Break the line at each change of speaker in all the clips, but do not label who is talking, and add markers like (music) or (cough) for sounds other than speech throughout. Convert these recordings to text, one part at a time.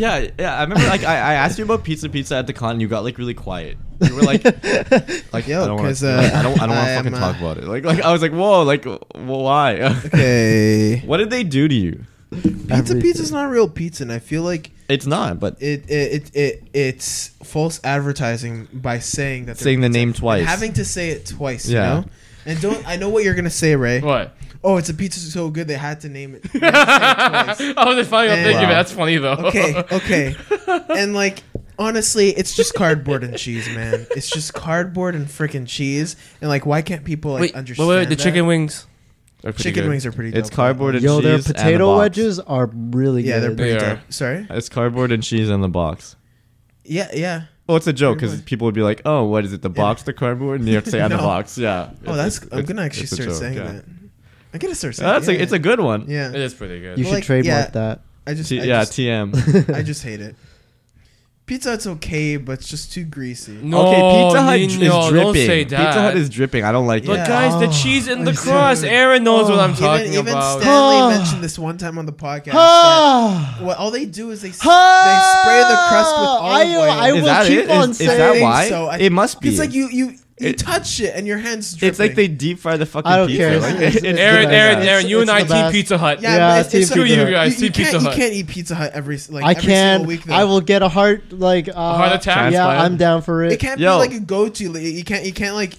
Yeah, yeah. I remember like I, I asked you about pizza pizza at the con and you got like really quiet. You were
(laughs)
like like
Yo,
I don't want
'cause,
to
uh,
I don't I don't want
I
to fucking
am, uh,
talk about it. Like like I was like, "Whoa, like w- why?"
okay.
(laughs) what did they do to you?
Pizza
Everything.
pizza's not real pizza, and I feel like
It's not, but
it it it, it it's false advertising by saying that they're
saying the
pizza.
name twice.
having to say it twice.
Yeah.
You know? And don't I know what you're gonna say, Ray?
(laughs) What?
Oh, it's a pizza so good they had to name
(laughs)
it. They had to say it twice.
oh, they finally
And-
don't think of it.
Wow.
That's funny though.
okay,
(laughs)
okay. And like honestly, it's just cardboard and cheese, man. It's just cardboard and freaking cheese. And like, why can't people like
wait, wait,
understand?
wait, the
that?
chicken wings. are pretty
chicken
good.
wings are pretty.
it's
dope.
cardboard and
Yo,
cheese.
their
and the
potato
box.
wedges
are really
Yeah, they're
good.
pretty
They are.
dope. Sorry.
It's cardboard and cheese in the box.
Yeah, yeah.
Well, it's a joke
Pretty
because
much.
people would be like, "Oh, what is it? The box, the cardboard?" And
(laughs)
you have to say on the
No.
box. Yeah.
Oh, that's.
It's-
I'm
it's-
gonna actually
it's a
start
joke,
saying
yeah.
that. I'm gonna start saying.
That's
yeah,
a, it's a good one. Yeah.
Yeah.
It is pretty good.
You
Well,
should
like,
trademark
I just.
T-
(laughs) I
yeah.
just- (laughs)
TM.
(laughs) that.
I just hate it. Pizza Hut's okay, but it's just too greasy.
No,
okay, Pizza Hut
Nino,
is dripping.
Don't say that.
Pizza Hut is dripping. I don't like
But
Yeah.
it.
guys, the
Oh,
cheese in the
I'm sorry.
crust. Aaron knows what I'm
Even-
talking
even,
about.
Stanley mentioned this one time on the podcast. that
Ah.
what all they do is they s- they
Ah.
spray the crust with
I-
olive oil.
I
Is
will
that
keep
it? Is-
on
is
saying.
that
think
why?
so. I-
It must be.
It's like you you you
It-
touch it and your hands. Dripping.
It's like they deep fry the fucking
I don't
pizza.
care.
Like,
It's-
it-
it's
it-
Aaron,
the
Aaron,
best.
Eren, you and
It's the
I team
best.
Pizza Hut.
Yeah,
(laughs)
Yeah,
but it's,
Team
it's
Pizza
like-
Hut.
You guys,
you
Team Pizza
can't,
Hut.
You can't eat Pizza Hut every s- like
I
every
can.
single week. Though.
I will get a heart like uh,
heart attack?
Yeah,
Transplant?
I'm down for it.
It can't
Yo.
be like a go-to. Like, you can't. You can't like.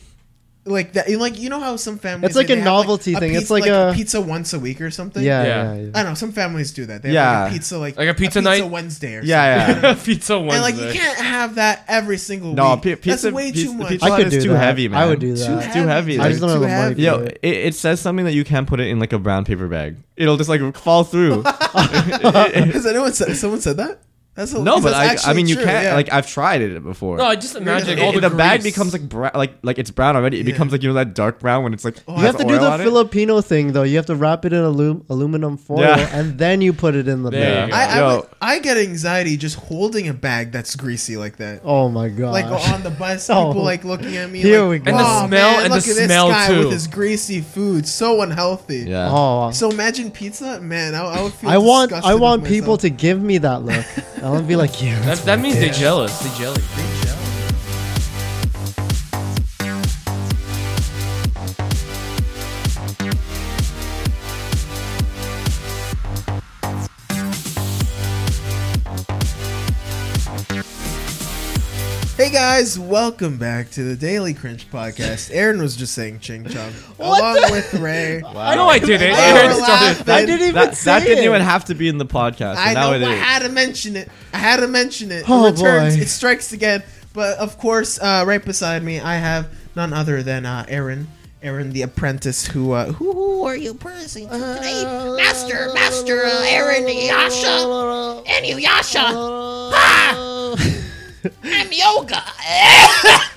Like that, you like you know how some families
It's like
they
a
have,
novelty thing. It's
pizza-
like a-
pizza once a week or something.
yeah,
Yeah.
yeah. yeah,
I don't know. Some families do that. They have
Yeah.
like a pizza like
Like a pizza night?
Wednesday or
Yeah,
something.
(laughs)
yeah.
pizza Wednesday.
and like you can't have that every single
No,
week.
pi- pizza-
That's way
pizza-
too much.
pizza
I
Well,
could
it's
do
too
that.
heavy,
I
man.
would do
Too
that.
too heavy,
I just don't
Too
have a mic.
heavy.
Yo, it, it says something that you can't put it in like a brown paper bag. It'll just like fall
(laughs)
through.
(laughs) Has anyone said someone said that? That's a,
no,
that's
but I, I
actually
mean you
true,
can't.
yeah.
Like I've tried it before.
No, just
It-
imagine
It-
all the,
the bag
grease.
becomes like bra- like like it's brown already. It
Yeah.
becomes like you know that dark brown when it's like
You
Oh, You have to do the
Philip.
Filipino thing though. You have to wrap it in alum- aluminum foil
Yeah.
and then you put it in the
There
bag.
you go.
I, I,
Yo.
would- I get anxiety just holding a bag that's greasy like that.
Oh my god!
Like on the bus,
Oh.
people like looking at me.
Here
like,
we go.
And the
"Wow,
smell-
man,
and the
look at this
smell,
guy
too."
with his greasy food, so unhealthy.
Yeah.
(laughs) oh,
So imagine pizza, man. I, I would feel.
I want I
disgusted
want
with
people
myself.
to give me
(laughs)
that look. I'll be like, yeah.
That,
that's
that means they're
Yeah.
jealous. They're jealous.
Hey guys, welcome back to the Daily Cringe Podcast. Aaron was just saying ching chong along with Ray.
No, I didn't.
I
Aaron
don't
started.
laugh.
I didn't even
That,
say
that didn't
it.
even have to be in the podcast.
I
and now
know.
it
I
is.
had to mention it. I had to mention it.
Oh,
it returns.
boy.
It strikes again. But of course, uh, right beside me, I have none other than uh, Aaron. Aaron, the apprentice, who uh, who
Who are you praising today?
Uh,
Master, Master uh, Aaron Yasha? And you, Yasha? Ah! I'm Yoga. (laughs)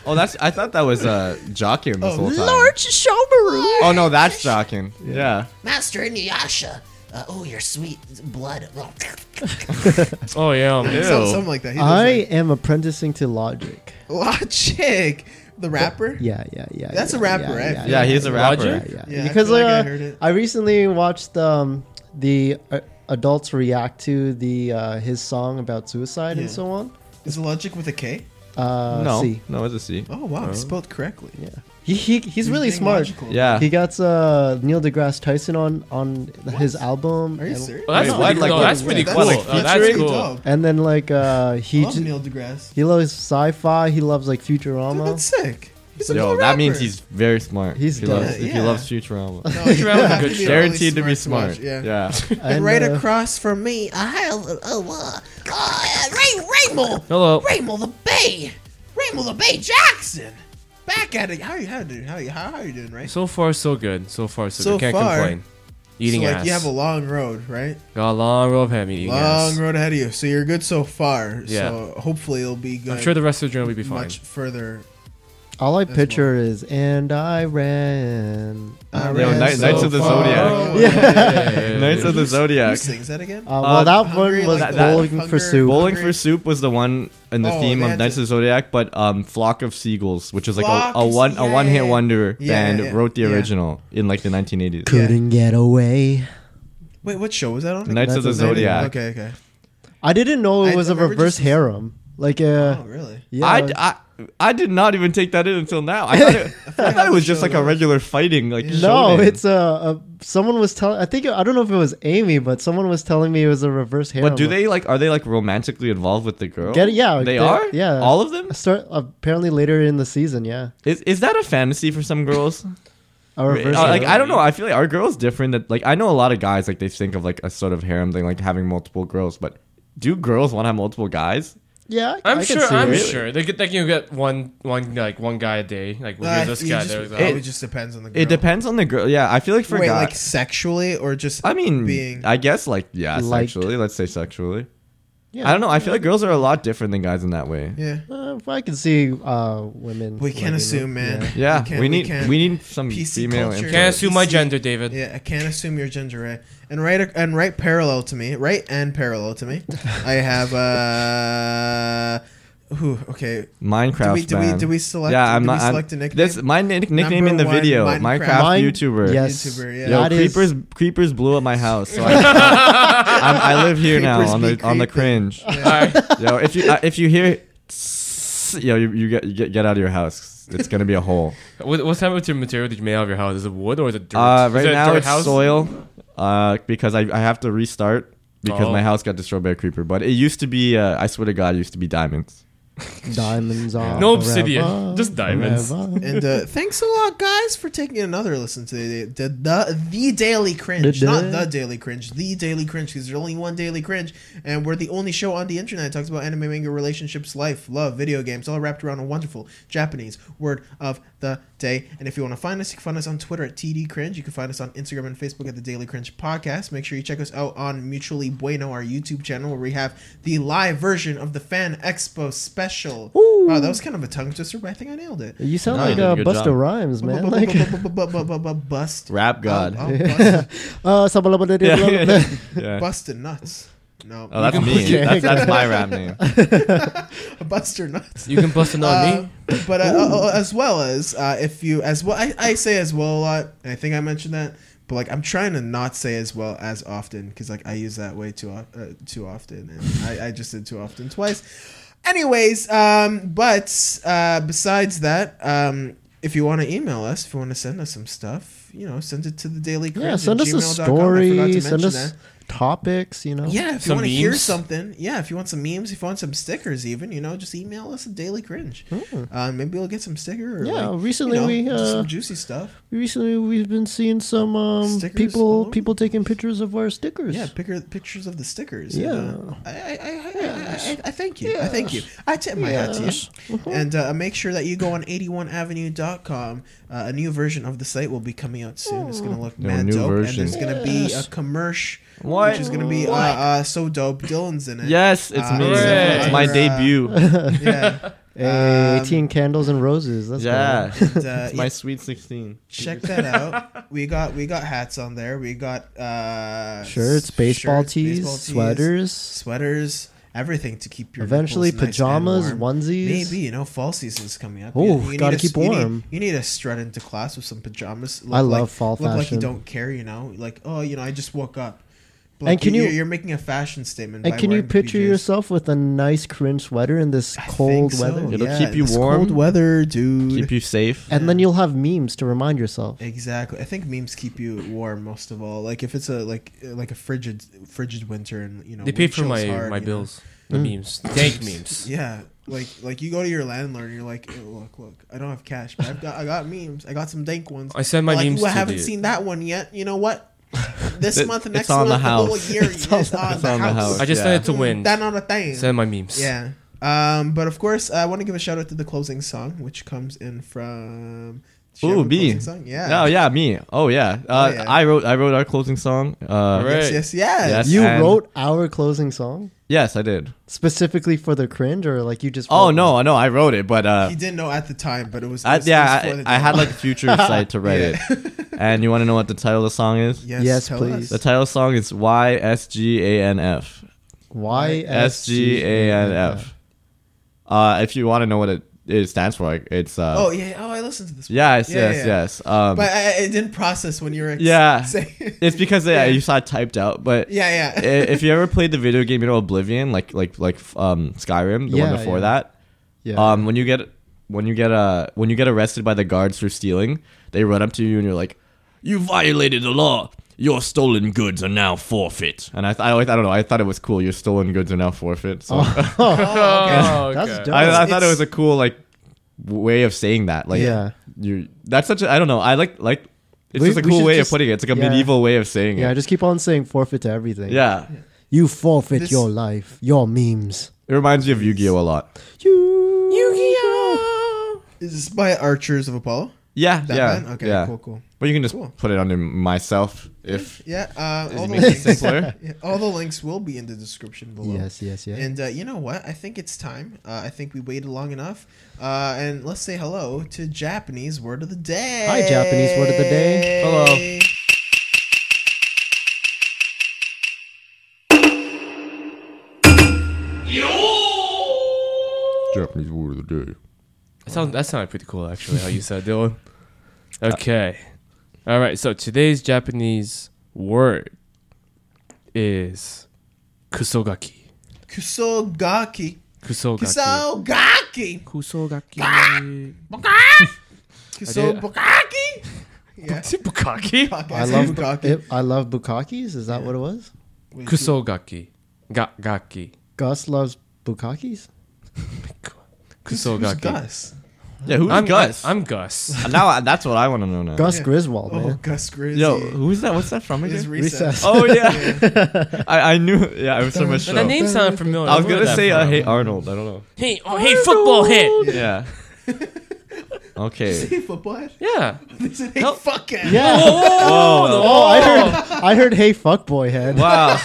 Oh, that's. I thought that was uh, Jockin this
Oh,
whole time.
Shomaru.
Oh no, that's Jockin. Yeah.
Master and Yasha. Uh, oh, your sweet blood.
Oh yeah.
so,
Ew.
something like that. He does,
I
like, (laughs)
am apprenticing to Logic.
Logic, the rapper.
Yeah, yeah, yeah.
That's a
yeah,
rapper,
yeah,
right?
Yeah,
Yeah, he's a rapper.
Roger?
yeah,
Yeah,
yeah.
I
because
feel like I
uh,
heard it.
I, recently watched um, the uh, adults react to the uh, his song about suicide
Yeah.
and so on.
Is Logic with a K?
Uh,
no.
see.
No, it's a C.
Oh wow, he spelled correctly.
Yeah. He, he he's really
being
smart.
logical.
Yeah.
He got uh, Neil deGrasse Tyson on on his album.
Are you
and,
serious?
Well, that's
Wait,
pretty
what? Like,
cool. No,
what-
that's pretty
what,
cool.
like,
Oh, that's
featuring?
cool.
Dope.
And then like uh,
I
he
love
ju-
Neil deGrasse.
he loves sci-fi. He loves like
Dude, that's
Futurama.
sick. He's a
Yo,
cool
that
rapper.
means he's very smart.
He's
if he
dumb.
loves, if he
Yeah.
loves Futurama.
No, (laughs) he's
Futurama's a
have
good
be
show.
really
Guaranteed to be
smart.
smart.
watch, Yeah.
Yeah.
(laughs) And,
And,
right
uh,
across from me,
I have, uh, uh, uh, Ray, Raymond.
Hello.
Raymond the Bay.
Raymond the Bay Jackson. Back at it. How you how you doing? How you how, how you doing, right?
So far, so good. So far, so,
So
good. Can't
far,
complain. Eating
so, like,
ass.
You have a long road, right?
Got a long road of him eating
long
ass.
road ahead of you. So you're good so far.
Yeah.
So hopefully it'll be good.
I'm sure the rest of the journey will be fine.
much further.
all I
That's
picture is and I ran.
I
Yo,
ran
Knight- Knights of the
far
Zodiac.
Oh,
away.
Knights of the
Who
Zodiac.
sings that again?
Uh, well, that
Hungry
one was
like
the- that-
bowling
Hunger-
for soup.
Bowling for
Hungry.
Soup was the one in the
Oh,
theme
they
of
had
Knights
to-
of the Zodiac, but um, Flock of Seagulls, which is like a, a
Flock is-
one a
yeah,
one
yeah,
hit
yeah.
wonder
Yeah,
band
yeah,
wrote the
yeah.
original in like the 1980s.
Couldn't get away.
Wait, what show was that on?
Knights of the
Knights of the
Zodiac.
Okay, okay.
I didn't know it
I
was a
remember
reverse
just-
harem. Like, uh,
Oh, really?
yeah,
I, I, I did not even take that in until now. I
(laughs)
thought it, I thought it was just like a
Shonen.
regular fighting like
no,
shonen.
it's a, a someone was telling. I think I don't know if it was Amy, but someone was telling me it was a reverse harem.
But do they like? Are they like romantically involved with the girl?
Get it? Yeah,
they
they-
are.
yeah.
all of them.
I Start apparently later in the season. Yeah,
Is is that a fantasy for some
(laughs)
girls?
a
Uh,
reverse.
like
harem.
I don't know. I feel like are girls different? That like I know a lot of guys like they think of like a sort of harem thing, like having multiple girls. But do girls want to have multiple guys?
yeah, I,
(laughs) I'm
I can
sure.
see
I'm
it.
sure they could. They can get one, one like one guy a day. Like "Oh, we
Uh,
this
you
guy.
just-
there
it
we go.
probably just depends on the girl.
It depends on the girl. Yeah, I feel like for
Wait,
guys,
like sexually or just?
I mean,
being.
I guess like yeah,
Liked.
sexually. Let's say sexually.
Yeah.
I don't know. I feel like girls are a lot different than guys in that way.
yeah.
Uh, I can see uh, women.
We can
liking it.
assume, man.
Yeah.
Yeah,
We
we, need
can't- we can't.
we need some
PC
female.
culture.
input.
Can't assume my
PC.
gender, David.
Yeah, I can't assume you're ginger ale. And right ac- and right parallel to me, right and parallel to me, I have uh who okay.
Minecraft.
Do we- do we-
ban.
do we select-
Yeah, I'm
do we
not. I'm-
select a nickname?
This my nick- nickname in
Number
the
one,
video.
Minecraft.
Minecraft,
Mine-
YouTuber.
Yes,
YouTuber, yeah.
Yo,
That is-
creepers creepers blew up my house.
(laughs)
So I, I'm, I live here now
Creepers
on
be
the on the
creeping.
cringe.
All right.
Yo, if you uh, if you hear, tss, yo, you, you get you get get out of your house. It's gonna be a
(laughs)
hole.
(laughs) What, what type of material did you make out of your house? Is it wood or is it dirt?
Uh,
Is
right
it a
now
dirt
it's soil, uh, because I, I have to restart because
Oh.
my house got destroyed by a creeper. But it used to be, uh, I swear to God, it used to be diamonds.
Diamonds are
No
forever,
obsidian, just diamonds.
forever.
And uh, thanks a lot, guys, for taking another listen to the the, the, the Daily Cringe,
The-
not the Daily Cringe, the Daily Cringe, because there's only one Daily Cringe, and we're the only show on the internet that talks about anime, manga, relationships, life, love, video games, all wrapped around a wonderful Japanese word of the day. And if you want to find us, you can find us on Twitter at TD Cringe. You can find us on Instagram and Facebook at the Daily Cringe Podcast. Make sure you check us out on Mutually Bueno, our YouTube channel, where we have the live version of the Fan Expo special. Wow, that was kind of a tongue twister, but I think I nailed it.
You sound
No, you
like
did a
uh,
good
Busta
job.
Rhymes,
(laughs)
man. Like,
Bust.
Rap God.
I'll- I'll bust-
uh,
(laughs)
sabala-
yeah. Yeah.
Buster nuts. No.
Oh, that's
can
me.
put-
That's, that's my rap name.
Buster nuts.
You can bust it
(laughs)
on
Uh,
me.
but uh, uh, uh, as well as uh, if you as well, I, I say as well a lot. And I think I mentioned that, but like I'm trying to not say as well as often because like I use that way too o- uh, too often, and I, I just did too often twice. Anyways, um, but uh, besides that, um, if you want to email us, if you want to send us some stuff, you know, send it to the daily.
yeah, send us a story. Send us topics. You know.
Yeah, if you
Some
want to hear
memes.
something, yeah, if you want some memes, if you want some stickers, even you know, just email us at Daily Cringe. Uh, maybe we'll get some sticker. Or
Hmm. Yeah,
like,
recently
you know,
we,
just
uh,
some juicy stuff.
Recently, we've been seeing some um,
Stickers all
people
over.
people taking pictures of our stickers.
Yeah, picker, pictures of the stickers.
Yeah.
and, uh, I, I, I, I, I, I thank you. I thank you. I tip my
Yes. Mm-hmm.
hat to you. And uh, make sure that you go on 81avenue.com. Uh, a new version of the site will be coming out soon. It's going to look
Yeah,
mad
new
dope.
version.
And there's going to be a commercial,
What?
(laughs) which is going to be uh, uh, so dope. Dylan's in it.
Yes, it's
Uh,
me.
Hooray.
It's my
Under, uh,
debut. (laughs)
Yeah.
Hey,
Um,
18 candles and roses. That's
yeah.
(laughs)
cool.
And, uh,
It's my sweet 16.
check that out. We got we got hats on there. We got uh
Shirts, baseball
shirts,
tees,
baseball
sweaters.
sweaters, everything to keep your
Eventually,
nipples nice
pajamas,
and warm.
onesies.
Maybe you know fall season's coming up.
Ooh,
need
gotta
a-
keep
you need-
warm.
You need, to strut into class with some pajamas. Look
I love fall
look like you
fashion.
don't care. You know, like oh, you know, I just woke up. But,
And
like,
can
you're,
you-
You're making a fashion statement.
And
by
can you
wearing the
picture
PJs.
yourself with a nice cringe sweater in this
I think
cold
so,
weather?
It'll
yeah,
keep
in
you
this
warm.
Cold weather, dude.
Keep you safe.
And then you'll have memes to remind yourself.
Exactly. I think memes keep you warm most of all. Like if it's a like like a frigid frigid winter and you know
They pay
wind
for
chill's
my
hard,
my
you know.
bills. The
Hmm.
memes,
(laughs)
dank memes.
Yeah, like like you go to your landlord and you're like, "Oh, look, look, I don't have cash, but I've got I got memes. I got some dank ones.
I send my
like,
memes
"Ooh, I
to
haven't
the-
seen that one yet. You know what?
(laughs)
This
It-
month,
it's
next
on
month,
the
the, whole
house.
year, it's, on, the house.
I just
Yeah.
sent it to Win.
That not a thing.
Send my memes.
Yeah. Um, but of course, I want to give a shout out to the closing song, which comes in from. Did you have
Ooh,
a
me.
closing Song? Yeah.
Oh yeah, me. Oh yeah. Uh,
yeah.
I wrote I wrote our closing song. Uh,
Right.
Yes, yes, yes.
Yes.
You
And-
wrote our closing song
Yes, I did.
specifically for the cringe, or like you just?
Oh
wrote
no, no, I wrote it, but uh,
He didn't know at the time, but it was. it
I,
was- it
yeah,
was for the
I, I had
demo.
like
(laughs)
future site to write it. And you want to know what the title of the song is?
Yes,
tell
please.
The title of the song is Y S G A N F.
one? Y
S G A N F. Uh, if you want to know what it it stands for. Like it's uh
Oh yeah. Oh, I listened to this. one.
yes,
Yeah,
yes,
yeah.
yes. Um
But I, I it didn't process when you were
yeah.
(laughs) saying.
(laughs) It's because yeah, you saw it typed out, but
yeah,
i-
yeah.
if you ever played the video game, you know Oblivion, like like like um Skyrim, the
Yeah,
one before
yeah.
that.
Yeah.
Um, when you get when you get uh when you get arrested by the guards for stealing, they run up to you and you're like, "You violated the law. Your stolen goods are now forfeit." And I, th- I, always, I don't know. I thought it was cool. Your stolen goods are now forfeit. So
Oh,
(laughs)
okay.
That's dope.
I, I
It's-
thought it was
it's-
a cool like way of saying that. Like,
Yeah.
you that's such a I don't know. I like like it's
We-
just a
we
cool
should
way
just-
of putting it. It's like a
yeah.
medieval way of saying
Yeah,
it.
just keep on saying forfeit to everything.
Yeah.
You forfeit
This-
your life, your memes.
It reminds me of Yu-Gi-Oh a lot.
You.
Is this by Archers of Apollo?
Yeah,
That
yeah,
man? Okay.
yeah.
Cool. Cool.
But you can just
Cool.
put it under myself if
Yeah. Uh, all
it
the
makes it
links.
simpler.
(laughs) yeah, all the links will be in the description below.
Yes, yes, yes.
And uh, you know what? I think it's time. Uh, I think we waited long enough. Uh, and let's say hello to Japanese word of the day.
Hi, Japanese word of the day.
Hello. Japanese word of the day.
That sounds that sounded pretty cool actually. How you said
(laughs)
Dylan.
Uh,
Okay. All right. So today's Japanese word is kusogaki.
Kusogaki.
Kusogaki.
Kusogaki.
(laughs)
Kusogaki.
Kusobukaki. Yeah.
Is it Bukaki?
I love it, I love bukakis. Is that what it was?
Kusogaki. Ga gaki.
Gus loves bukakis.
Kusogaki.
Gus.
Yeah, who's
I'm
Gus?
I'm Gus.
now I, that's what I want to know now.
Gus
Yeah.
Griswold,
Oh,
man.
Gus Grizzy.
Yo, who's that? What's that from
His
again?
recess.
Recess.
oh yeah, (laughs) I, I knew. Yeah, I was so much.
But that
show.
name sounded familiar.
I was
Where
gonna
that
say, uh,
from?
"Hey Arnold." I don't know.
Hey, oh, hey, football hit.
Yeah. okay.
Say football. head?
Yeah.
They say, hey,
Nope.
fuck it.
Yeah.
(laughs) Whoa.
Oh, I heard. I heard. Hey, fuckboy head.
Wow.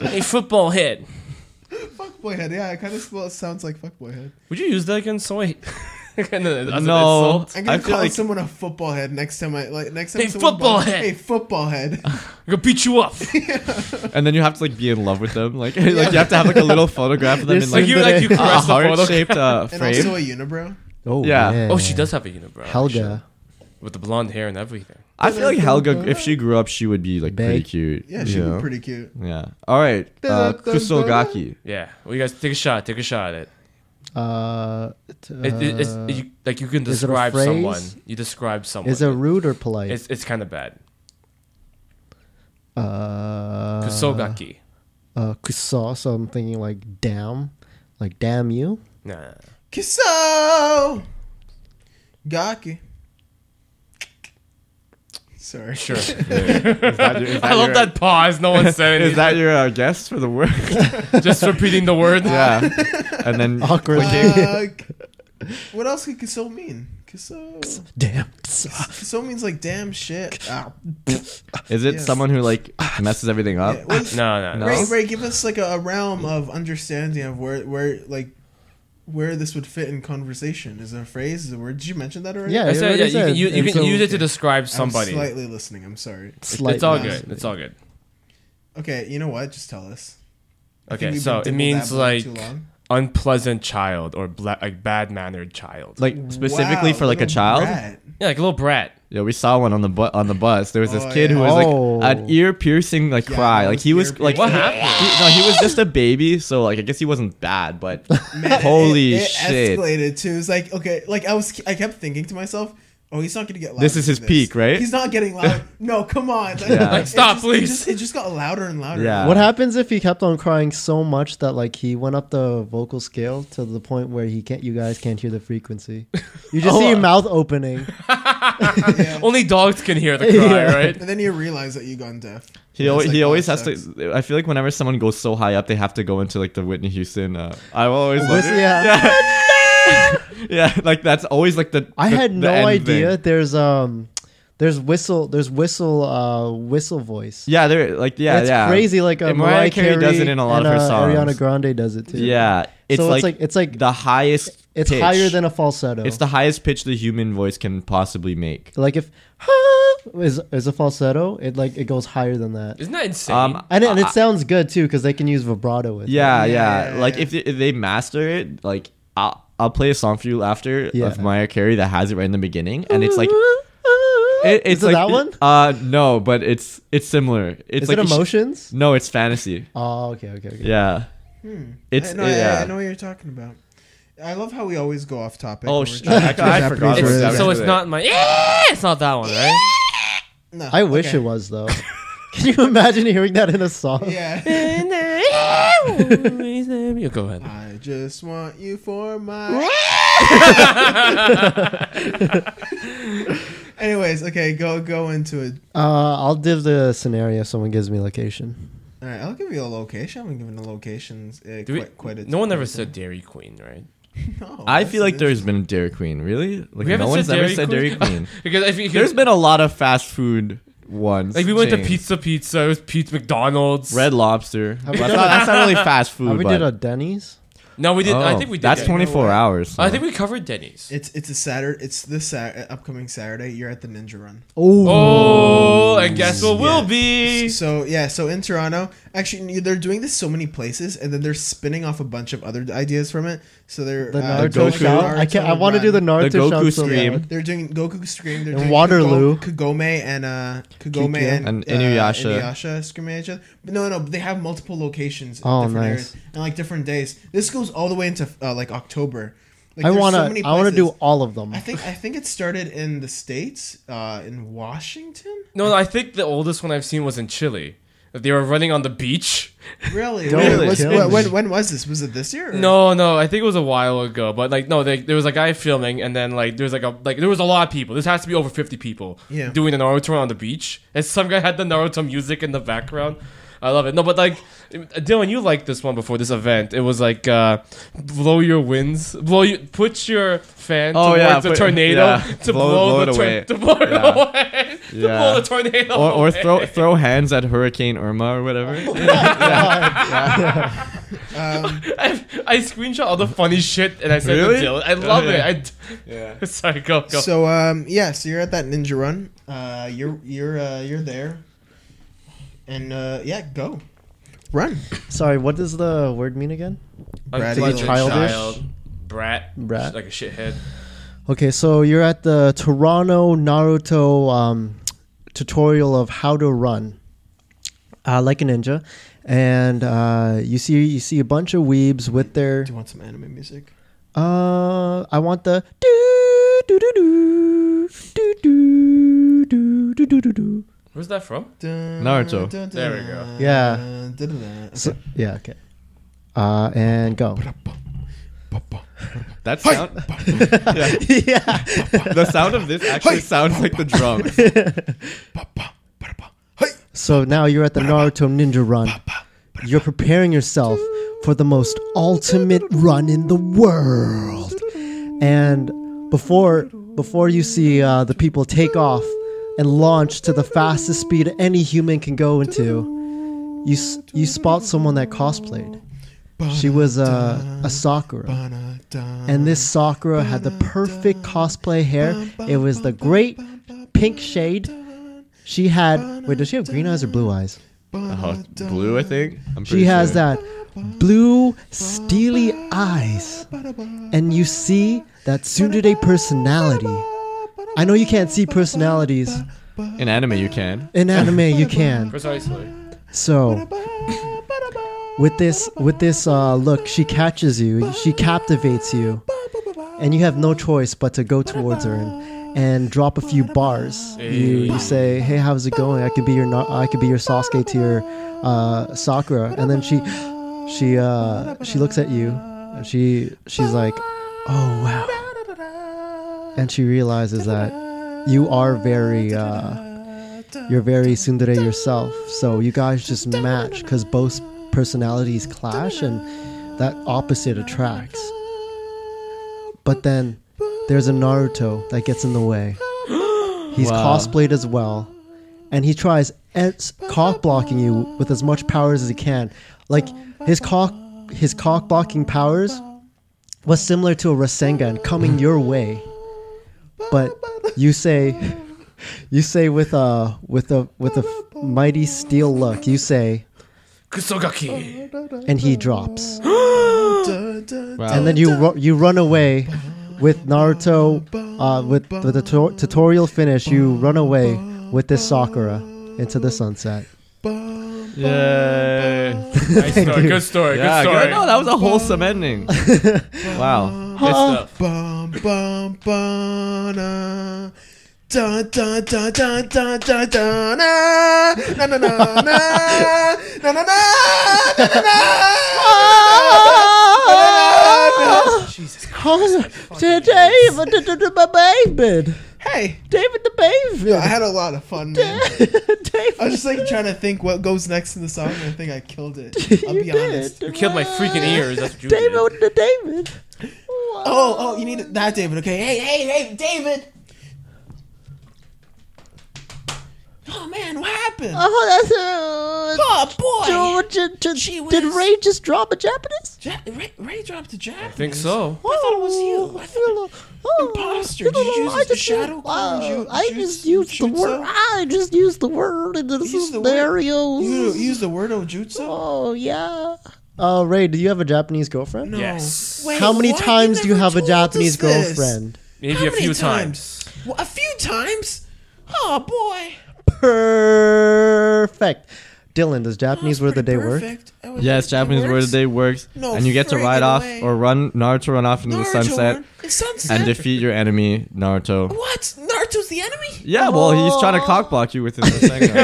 Hey, football hit.
Fuck boy head. Yeah, it kind of sounds like fuck boy head.
Would you use that against someone? (laughs) And then that's an
no.
insult.
I'm
I
gonna
feel
call
like
someone a football head next time I like next time.
Hey,
someone
football
buys-
head.
Hey, football head.
I'm gonna
(laughs)
beat you up.
and then you have to like be in love with them. Like (laughs) like you have to have like a little photograph of them
You're
in
so
like
like you, like you
(laughs)
(laughs)
Sunday.
a
caress the
heart
photo.
shaped uh,
and
frame.
also a unibrow.
Oh
Yeah.
man.
Oh, she does have a unibrow. actually,
Helga.
with the blonde hair and everything.
I feel like Helga, if she grew up, she would be like pretty
Big.
cute.
Yeah, she'd
you
be
know?
pretty cute.
Yeah. All right. Uh, Kusogaki.
Yeah. Well, you guys take a shot. Take a shot at it.
Uh, t-
It- it- it's,
uh,
you, like you can
is it a
describe someone.
phrase?
You describe someone.
uh, is it rude or polite?
It's it's kind of bad.
uh,
Kusogaki.
Uh, kuso. So I'm thinking like damn, like damn you. (laughs)
Nah, nah, nah.
Kisso Gaki. Sorry.
Sure.
Is that your- is
(laughs) I
that
love
your-
that pause. No one
(laughs)
said
Is
anything.
that your uh, guess for the
(laughs)
word?
Just repeating the
(laughs)
word.
yeah. And
(laughs)
then
Awkward.
Uh, what else could Kisso mean? Kisso.
damn. kuso.
Kisso means like damn shit.
(laughs)
Ah.
is it
Yes.
someone who like messes everything up?
Yeah, what-
No, no, no.
Ray, Ray, give us like a, a realm of understanding of where, where, like, where this would fit in conversation. Is it a phrase? Is it a word? Did you mention that already?
Yeah.
I said,
already
yeah, you can,
said.
you, you
And
can
so-
use it to describe
I'm
somebody. It's-
slightly listening. I'm sorry.
It's all
Slightly.
good. It's all good.
Okay, you know what? Just tell us. I think
Okay,
we've
so
been
it means
dibble-dabbling
like
too long.
unpleasant child or bla- like bad mannered child.
Like specifically
Wow,
for like a
little
child.
brat.
yeah, like a little brat.
Yeah, we saw one on the bu- on the bus. There was this
Oh,
kid
yeah.
who was
Oh.
like an ear piercing like
Yeah,
cry.
that
Like
was
he was
ear-piercing.
like
What
he-
happened?
he- no, he was just a baby, so like I guess he wasn't bad,
(laughs)
but
Man,
holy
it, it
shit.
Escalated too. It's like okay, like I was, I kept thinking to myself, oh, he's not gonna get louder.
This is his
than
peak, right?
He's not getting
(laughs)
loud. no, come on.
Like,
It
stop,
just-
please.
It just, it just got louder and louder.
Yeah.
What happens if he kept on crying so much that like he went up the vocal scale to the point where he can't? You guys can't hear the frequency. You just see
Oh.
your mouth opening.
Yeah.
Only dogs can hear the cry,
(laughs) Yeah.
right?
And then you realize that you gone deaf.
He
It's
always,
like,
he
oh,
always has
sucks.
to. I feel like whenever someone goes so high up, they have to go into like the Whitney Houston. Uh, I've always loved
Whis-
it.
Oh, yeah.
yeah, (laughs) yeah, like that's always like the.
I
the-
had
the
no
end
idea.
thing.
There's um, there's whistle. There's whistle. Uh, whistle voice.
Yeah, they're like yeah,
That's
yeah.
crazy. Like uh,
And Mariah Carey does it in a lot
and,
of her
uh,
songs.
Ariana Grande does it too.
Yeah, it's,
so
like,
it's like it's like
the highest.
it's
pitch.
higher than a falsetto.
It's the highest pitch the human voice can possibly make.
like if is is a falsetto, it like it goes higher than that,
Isn't that insane?
Um,
and it, and it sounds good too because they can use vibrato with. it.
Yeah, yeah.
Yeah.
Like if they, if they master it, like. I I'll play a song for you after
Yeah.
of Mariah Carey that has it right in the beginning, and it's like it, it's
Is it
like,
that one?
Uh, no, but it's it's similar. It's
Is
like
it
she-
emotions?
no, it's fantasy.
Oh, okay, okay, okay.
Yeah, it's
Hmm. I, no, I-
yeah.
I, I know what you're talking about. I love how we always go off topic.
Oh
when we're
shit!
talking
I,
about
I, I
Japanese
forgot.
It's-
about
words.
that.
Japanese
so it's not my. Yeah, it's not that one, right?
No,
I wish
okay.
it
(laughs)
was though. Can you imagine hearing that in a song?
Yeah.
(laughs) You go ahead.
I just want you for my. (laughs) Anyways, okay, go go into it.
Uh, I'll give the scenario if someone gives me location.
All right, I'll give you a location. I've been given the locations. Uh,
Do we,
quite, quite a
no one
quite
ever
a
said
time.
Dairy Queen, right?
No,
I
that's
feel like
an
there's been Dairy Queen. Really? Like
We haven't
no one's
said
ever
Dairy
said Dairy
Queen? (laughs)
Queen.
Because if you,
There's been a lot of fast food ones.
like we went to
chains.
Pizza Pizza, it was Pizza McDonald's.
Red Lobster.
we
That's
done
not,
a-
that's
(laughs)
not really fast food.
Have Uh, we
but,
did a Denny's?
No, we did. not I
Oh,
think we did.
That's
that.
24 hours.
I think we covered Denny's.
It's it's a Saturday. It's this Sat- upcoming Saturday. You're at the Ninja Run.
Oh, and guess what will
Yeah.
be?
So yeah, so in Toronto, actually they're doing this so many places, and then they're spinning off a bunch of other ideas from it. So they're
The
uh,
Naruto
Goku-
shout? I can I want to do the
Run.
Naruto
The Goku
shout so
scream.
bad.
They're doing Goku Scream. They're
And
doing
Waterloo.
Kugo- Kagome, and uh, Kagome
Kikyo.
and,
And
uh,
Inuyasha.
Inuyasha screaming at each other. But no, no, they have multiple locations. in
Oh, nice.
and like different days. This goes all the way into uh, like October. Like,
I
there's
want
so
to.
many
I want to
places.
do all of them.
I think I think it started in the states, uh, in Washington.
No, no, I think the oldest one I've seen was in Chile. That They were running on the beach.
Really?
Don't
Really?
kill
When,
me.
when, when was this? Was it this year? or-
No, no, I think it was a while ago. But like, no, they, there was a guy filming, and then like, there was like a like there was a lot of people. This has to be over fifty people
Yeah.
doing the Naruto on the beach, and some guy had the Naruto music in the background. I love it. No, but like, Dylan, you liked this one before this event. It was like uh, blow your winds, blow you, put your fan
Oh,
towards
yeah,
the
put-
tornado
yeah.
to blow,
Blow- blow
the
it
tor-
away.
to blow it
Yeah.
away, (laughs) to
Yeah.
blow the tornado,
(laughs) or, or
away. (laughs)
throw throw hands at Hurricane Irma or whatever. (laughs)
Um,
I, I screenshot all the funny shit and I sent it
Really?
to Dylan. I
(laughs)
love
yeah.
it. I, (laughs) Sorry, go (laughs) go.
so um, yeah, so you're at that ninja run. Uh, you're you're uh, you're there, and uh, yeah, go, run.
Sorry, what does the word mean again?
Like,
Brat
to
is
be
a
childish?
brat,
Brat.
like a shithead.
Okay, so you're at the Toronto Naruto um, tutorial of how to run uh, like a ninja, and uh, you see you see a bunch of weebs with their.
Do you want some anime music?
Uh, I want the do do do do do do do do do do do.
Where's that from?
Dun,
Naruto.
dun,
There we go.
Yeah.
dun, dun, dun, dun.
So, yeah, okay. Uh, and go.
That sound,
(laughs) yeah.
the sound of this actually sounds like the (laughs) drums.
So now you're at the Naruto Ninja Run. You're preparing yourself for the most ultimate run in the world. And before before you see uh, the people take off and launch to the fastest speed any human can go into, you s- you spot someone that cosplayed. She was uh, a Sakura.
Dun, dun.
and this Sakura had the perfect cosplay hair. It was the great pink shade. She had wait, does she have green eyes or blue eyes?
Oh, blue, I think. I'm
She
pretty
has
sure.
that blue steely eyes, and you see that tsundere personality. I know you can't see personalities
in anime. You can.
in anime. You can
Precisely.
so. With this, with this uh, look, she catches you. She captivates you, and you have no choice but to go towards her and, and drop a few bars. You, you say, "Hey, how's it going? I could be your Na- I could be your Sasuke to your uh, Sakura." And then she she uh, she looks at you. And she she's like, "Oh wow," and she realizes that you are very. Uh, you're very tsundere yourself, so you guys just match because both personalities clash and that opposite attracts. But then there's a Naruto that gets in the way. He's
Wow.
cosplayed as well, and he tries ends cock blocking you with as much power as he can. Like his cock, his cock blocking powers was similar to a Rasengan coming your way, but you say. You say with a with a with a f- mighty steel look. You say,
Oh,
Kusogaki.
(gasps) and he drops.
Dun, dun,
Wow.
and then you ru- you run away with Naruto uh, with, with the tu- tutorial finish. You run away with this Sakura into the sunset.
Yay.
Nice story.
you.
Good story.
Yeah,
good
good.
story.
No, that was a (laughs) wholesome
(laughs)
ending. wow.
Good stuff.
Bum bum bum Da da da da da da da na na na na na na na na
(laughs)
na na na
Ah!
Jesus
(laughs) David, the baby,
Hey
David the baby.
I had a lot of fun man I was
(laughs) David,
just like trying to think what goes next in the song and I think I killed it I'll be honest
You killed my freaking ears. That's what you did.
David, the David.
Oh oh you need that David okay hey hey hey David Oh man what happened
Uh, Oh, that's
Oh boy
did, did,
She did was- Ray
just drop a Japanese? Oh,
Ja- Ray, Ray dropped the Japanese.
I think so.
I thought it was you. I thought- Imposter. Did you use the shadow clone? Did you-
uh, I
did you
just used the
shoot
word.
some?
I just used the word in the
Use the word.
scenarios.
You use the word ojutsu?
oh yeah. Uh, Ray, do you have a Japanese girlfriend?
No.
Yes.
Wait,
How many
what?
times do you
never
have a
told us
Japanese
this.
girlfriend?
Maybe
How
a
many
few
times?
times.
Well, a few times? Oh boy.
Perfect. Dylan, does Japanese word of the day work?
perfect. work?
Yes, Japanese word of the day works.
No
and you get to ride
friggin'
off
way.
or run Naruto run off into the sunset
It's sunset.
and defeat your enemy, Naruto.
What? Naruto's the enemy?
Yeah, well, he's trying to cockblock you within the
(laughs)
second.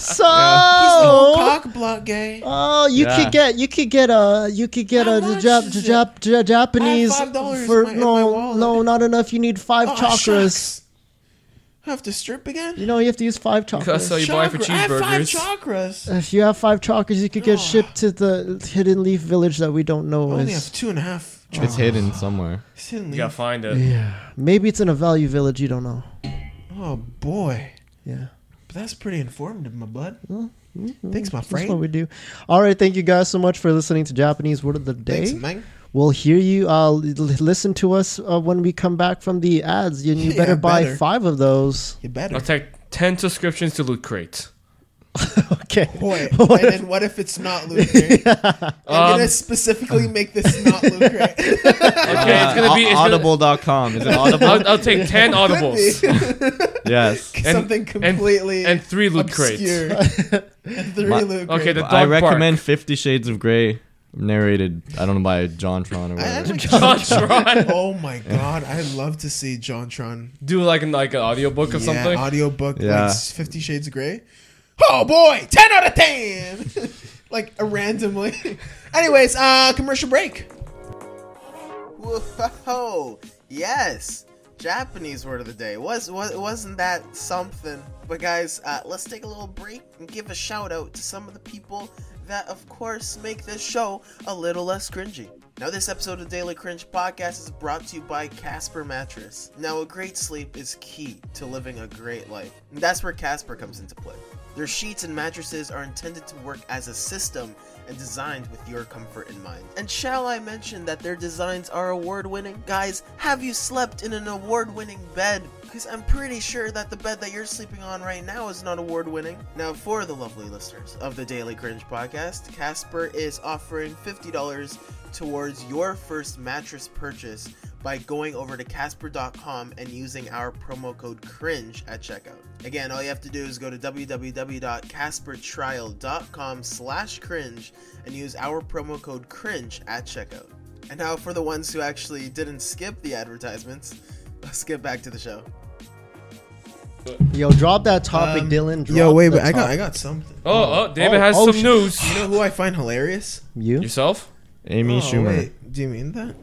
So
Oh. Cock block gay.
Oh, you
Yeah.
could get you could get a you could get
How
a
much
Jap,
is it?
Jap, Jap, Japanese
$5
for
in my- in my
no
wallet.
no not enough. You need five
Oh,
chakras.
shucks. I have to strip again?
You know you have to use five
I
chakras.
saw you buy for
Chakra- I have five
cheeseburgers.
chakras.
If you have five chakras, you could get
Oh.
shipped to the hidden leaf village that we don't know
I only have
is.
two and a half
it's hidden somewhere.
You gotta
chakras. (laughs)
find it.
Yeah, maybe it's in a value village. You don't know.
Oh boy.
Yeah,
But that's pretty informative, my bud. Thanks, my
that's what
friend.
we do. All right, thank you guys so much for listening to Japanese Word of the Day.
Thanks, man.
We'll hear you. Uh, l- listen to us uh, when we come back from the ads. You,
(laughs)
you
Yeah,
better buy
better.
five of those. (laughs)
You better.
I'll take 10 subscriptions to Loot Crate.
(laughs)
Okay. (laughs)
Boy, wait, and what if it's not loot crate? I'm
Um,
gonna specifically make this not loot crate.
Okay, it's gonna be. It's gonna,
audible.com.
(laughs)
Is it audible?
I'll, I'll take 10 audibles.
yes.
(laughs) And-
(laughs) Something
and-
completely
And, three Loot Crates.
obscure.
(laughs)
and three
My-
loot crate.
Okay, the dog
I
bark.
recommend Fifty Shades of Grey, narrated, I don't know, by Jontron or
I
whatever. (laughs)
actually-
Jontron.
Oh my god, I'd love to see JonTron.
Do like an like an audiobook
Yeah,
or something.
audiobook
Yeah.
like Fifty Shades of Grey. Oh boy, ten out of ten. (laughs) like uh, randomly. (laughs) Anyways, uh, commercial break. Whoa! Yes, Japanese word of the day was, was wasn't that something? But guys, uh, let's take a little break and give a shout out to some of the people that, of course, make this show a little less cringy. Now, this episode of Daily Cringe Podcast is brought to you by Casper Mattress. Now, a great sleep is key to living a great life, and that's where Casper comes into play. Their sheets and mattresses are intended to work as a system and designed with your comfort in mind. And shall I mention that their designs are award winning? Guys, have you slept in an award winning bed? Because I'm pretty sure that the bed that you're sleeping on right now is not award winning. Now, for the lovely listeners of the Daily Cringe podcast, Casper is offering $50 towards your first mattress purchase by going over to Casper.com and using our promo code CRINGE at checkout. Again, all you have to do is go to www.caspertrial.com slash cringe and use our promo code CRINGE at checkout. And now for the ones who actually didn't skip the advertisements, (laughs) let's get back to the show.
Yo, drop that
Um,
topic, Dylan. Drop the topic.
got something.
Oh, oh, David
Oh,
has
oh,
some
sh-
news.
You know who I find hilarious?
you.
Yourself?
Amy
Oh,
Schumer.
do you mean that?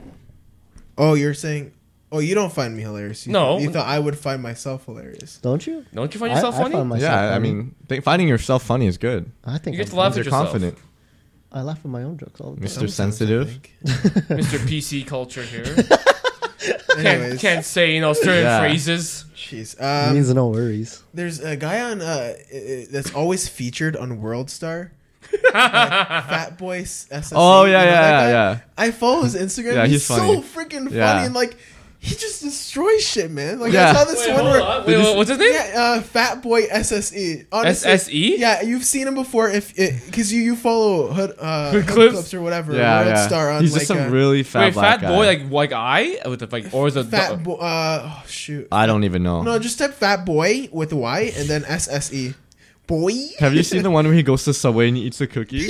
Oh, you're saying Oh, you don't find me hilarious. You
No. you thought
I would find myself hilarious.
Don't you?
Don't you find
I-
yourself
I
funny?
find myself
Yeah, I
funny.
mean, th- finding yourself funny is good.
I think
you get
I'm
to laugh
funny.
You're
at yourself. (laughs)
confident,
I laugh at my own jokes all the time.
Mr. Sensitive.
Mr. PC culture here.
(laughs)
can't,
Anyways,
(laughs) can't say you know certain
Yeah.
phrases.
jeez.
It
Um,
means no worries.
There's a guy on uh, i- i- that's always featured on
(laughs)
World Star. Fat Boy S- SSA,
Oh,
you
yeah,
know
yeah,
that
yeah,
guy?
yeah.
I follow his Instagram.
Yeah, he's
he's,
funny.
so freaking funny
Yeah.
and like He just destroys shit, man. Like
Yeah.
I saw this
Wait,
one
hold
where
on. Wait, wait, what's his name?
yeah, uh, Fat Boy SSE. Honestly,
SSE?
E?
Yeah, you've seen him before if because you you follow Hood, uh,
Hood
Hood
Clips?
Clips? or whatever.
yeah,
Red
yeah.
Star on
He's
like uh,
just some
a
really fat
Wait,
black
fat
guy.
boy, like like I with the like, or is it
Fat Boy. Uh, oh shoot.
I don't even know.
No, just type Fat Boy with a Y and then SSE. Boy.
Have you
(laughs)
seen the one where he goes to Subway and he eats a cookie?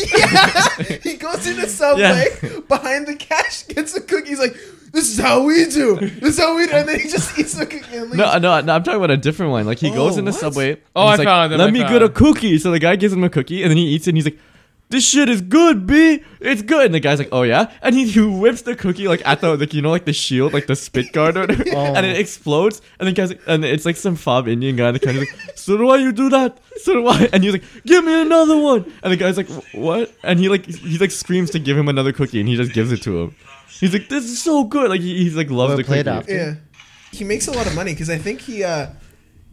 he goes into subway behind the cash, gets a cookie. He's like, "This is how we do. This is how we do." And then he just eats the cookie and leaves.
No, uh, no, no, I'm talking about a different one. Like he goes
Oh,
in the
what?
subway. and
Oh,
he's
I
like,
found it,
Let
I
me
found
get a
it."
cookie. So the guy gives him a cookie, and then he eats it. and He's like, "This shit is good, b. It's good." And the guy's like, "Oh yeah," and he, he whips the cookie like at the like you know like the shield like the spit guard or
(laughs)
whatever,
Oh.
and it explodes. And the guy's like, and it's like some fob Indian guy. And the guy's like, "So do I? You do that? So do I?" And he's like, "Give me another one." And the guy's like, "What?" And he like he like screams to give him another cookie, and he just gives it to him. He's like, "This is so good!" Like he, he's like loves
Well,
the
play it
cookie.
out.
Yeah, he makes a lot of money because I think he uh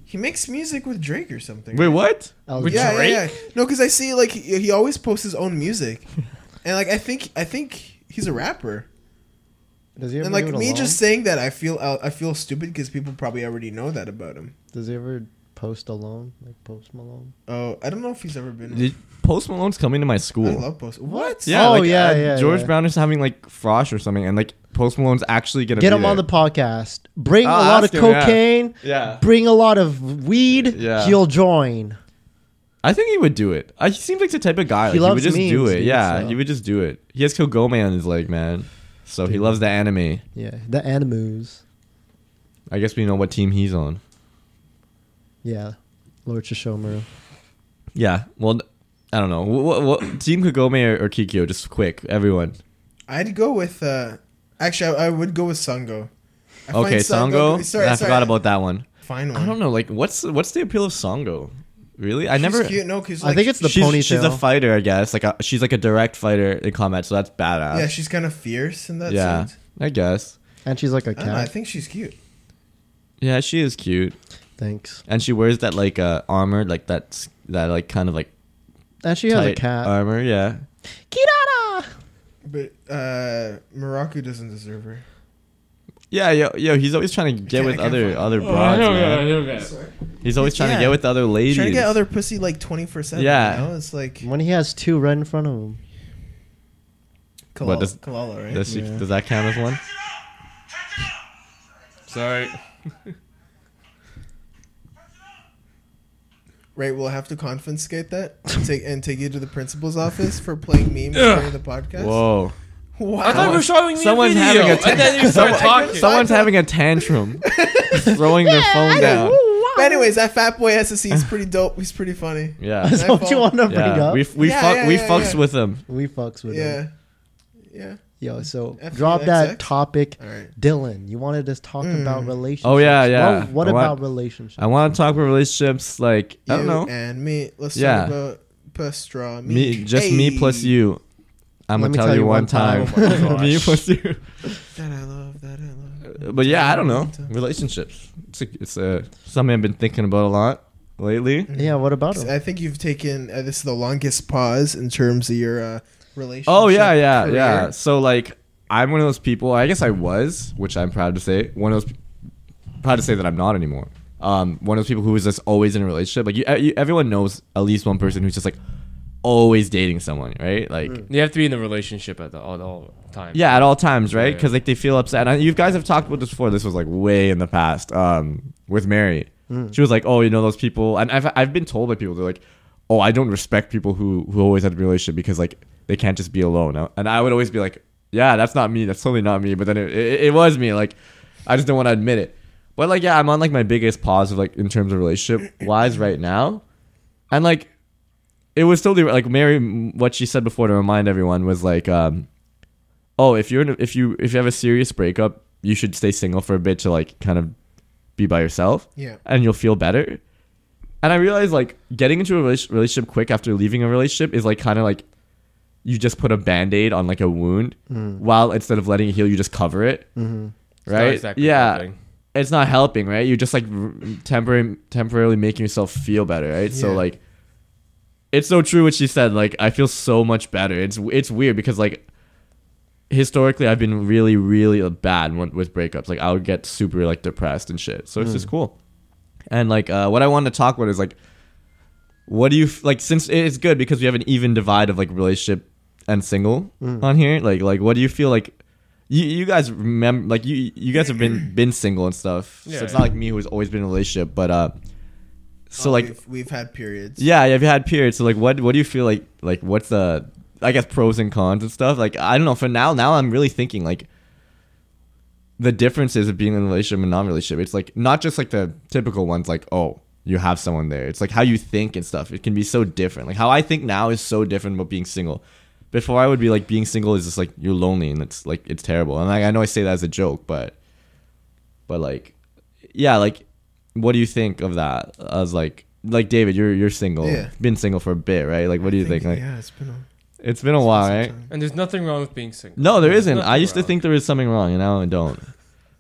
he makes music with Drake or something.
Wait, what?
I'll-
Which-
yeah,
Drake?
yeah, yeah. No, because I see like he, he always posts his own music,
(laughs)
and like I think I think he's a rapper.
does he ever
And like
do it
me
alone?
just saying that, I feel uh, I feel stupid because people probably already know that about him.
Does he ever post alone? Like post Malone?
Oh, I don't know if he's ever been.
Did- Post Malone's coming to my
I
school.
love post. What?
Yeah,
Oh,
like,
yeah,
uh,
yeah,
George
yeah.
Brown is having like frosh or something, and like Post Malone's actually gonna
Get
be
him on the
there.
podcast. Bring a
I'll
lot of
ask him, yeah.
cocaine.
Yeah.
Bring a lot of weed.
Yeah.
He'll join.
I think he would do it. I, he seems like the type of guy. Like,
He
he,
loves
would just
memes,
do it.
dude,
yeah,
so.
he would just do it. He has Kogome on his leg, man. So he loves the anime.
Yeah. The animus.
I guess we know what team he's on.
Yeah. Lord Shishomaru.
Yeah. Well, I don't know. What, what team Kogome or, or Kikyo? Just quick, everyone.
I'd go with. uh Actually, I, I would go with Sango. I find
Okay, Sango.
Sorry,
I
sorry,
forgot about that one.
Fine one.
I don't know. Like, what's what's the appeal of Sango? Really, I
She's
never.
Cute. No, because
I think it's the
she's,
ponytail.
she's a fighter, I guess. Like, a, she's like a direct fighter in combat, so that's badass.
yeah, she's kind of fierce in that
yeah,
sense.
I guess.
and she's like a
I don't know. I
cat.
think she's cute.
Yeah, she is cute,
Thanks.
and she wears that like uh, armor, like that s- that like kind of like
And she has a
tight Uh,
cat.
armor. Yeah,
Kirara!
But uh Maraku doesn't deserve her.
yeah, yo, yo, he's always trying to get
can't-
with
I can't
other
find-
other
Oh, I
broads,
don't get it, I
man.
don't get it.
He's always trying to
Yeah.
get with other ladies.
Trying to get other pussy like twenty four seven.
Yeah.
you know? it's like
When he has two right in front of him.
Kalala,
What, does-
Kalala right?
Does, she,
Yeah.
does that count as one?
Sorry.
right, we'll have to confiscate (laughs) that and take and take you to the principal's office for playing memes during the podcast.
Whoa!
I thought
Wow.
you were showing me
Someone's
a video,
having a
and
(laughs)
then you start talking.
Someone's having a
(laughs)
tantrum, throwing their phone down.
But anyways, that fat boy SSC is pretty dope. He's pretty funny.
(laughs)
(laughs)
Yeah,
That's what you
fault.
want to bring
yeah.
up.
We
We,
f- we
Yeah,
fuck
yeah,
we
yeah,
fucks
yeah.
with them.
fucks with him.
Yeah. Yeah.
Yo, so
F
drop
you, XX.
that topic.
All right.
Dylan, you wanted to talk about relationships.
Oh, yeah, yeah.
What, what
I want-
about relationships?
I want to talk about relationships. Like I don't
You
know.
And me. Let's
Yeah.
talk about pastrami.
Me, just me plus
Hey.
you. I'm
Let
gonna
me
tell, you one time.
Oh
(laughs)
my
me
gosh.
plus you.
That I love. That I love.
But yeah, I don't know. Relationships. It's a, it's a something I've been thinking about a lot lately.
yeah, what about him?
I think you've taken uh, this is the longest pause in terms of your uh, relationship.
Oh yeah, yeah,
career.
yeah. So like, I'm one of those people. I guess I was, which I'm proud to say, one of those pe- proud to say that I'm not anymore. Um, one of those people who is just always in a relationship. Like you, e, you, everyone knows at least one person who's just like always dating someone, right? Like.
Mm.
You have to be in a relationship at the, all, all time.
Yeah, at all times, right?
Yeah.
Because like they feel upset. And you guys have talked about this before. This was like way in the past. Um, with Mary, she was like, "Oh, you know those people." And I've I've been told by people they're like, "Oh, I don't respect people who who always have a relationship because like they can't just be alone." And I would always be like, "Yeah, that's not me. That's totally not me." But then it it, it was me. Like I just don't want to admit it. But like yeah, I'm on like my biggest pause of like in terms of relationship wise right now, and like it was totally like Mary. What she said before to remind everyone was like, um, "Oh, if you're in a, if you if you have a serious breakup, you should stay single for a bit to like kind of be by yourself,
Yeah.
and you'll feel better." And I realized like getting into a rela- relationship quick after leaving a relationship is like kind of like you just put a band-aid on like a wound while instead of letting it heal you just cover it
not
right
exactly
yeah
helping.
it's not helping right you're just like r- temporary, temporarily making yourself feel better right so
Yeah.
like it's so true what she said like i feel so much better it's it's weird because like historically I've been really really bad when, with breakups. Like I would get super like depressed and shit. So it's just cool. And like uh, what I wanted to talk about is like what do you f- like since it's good because we have an even divide of like relationship and single on here like like what do you feel like you, you guys remember like you you guys have been been single and stuff
Yeah,
so it's
yeah.
not like me who's always been in a relationship but uh so
Oh,
like
we've, we've had periods.
yeah have you had periods so like what what do you feel like like what's the i guess pros and cons and stuff like i don't know for now now i'm really thinking like the differences of being in a relationship and non-relationship it's like not just like the typical ones like oh you have someone there it's like how you think and stuff it can be so different like how i think now is so different about being single before i would be like being single is just like you're lonely and it's like it's terrible and like, i know i say that as a joke but but like yeah like what do you think of that as like like david you're you're single
Yeah.
been single for a bit right like what do you think, like
yeah, it's been a
it's been a while right
time.
And there's nothing wrong with being single.
no there
There's
isn't
nothing
i used
wrong.
to think there was something wrong and now i don't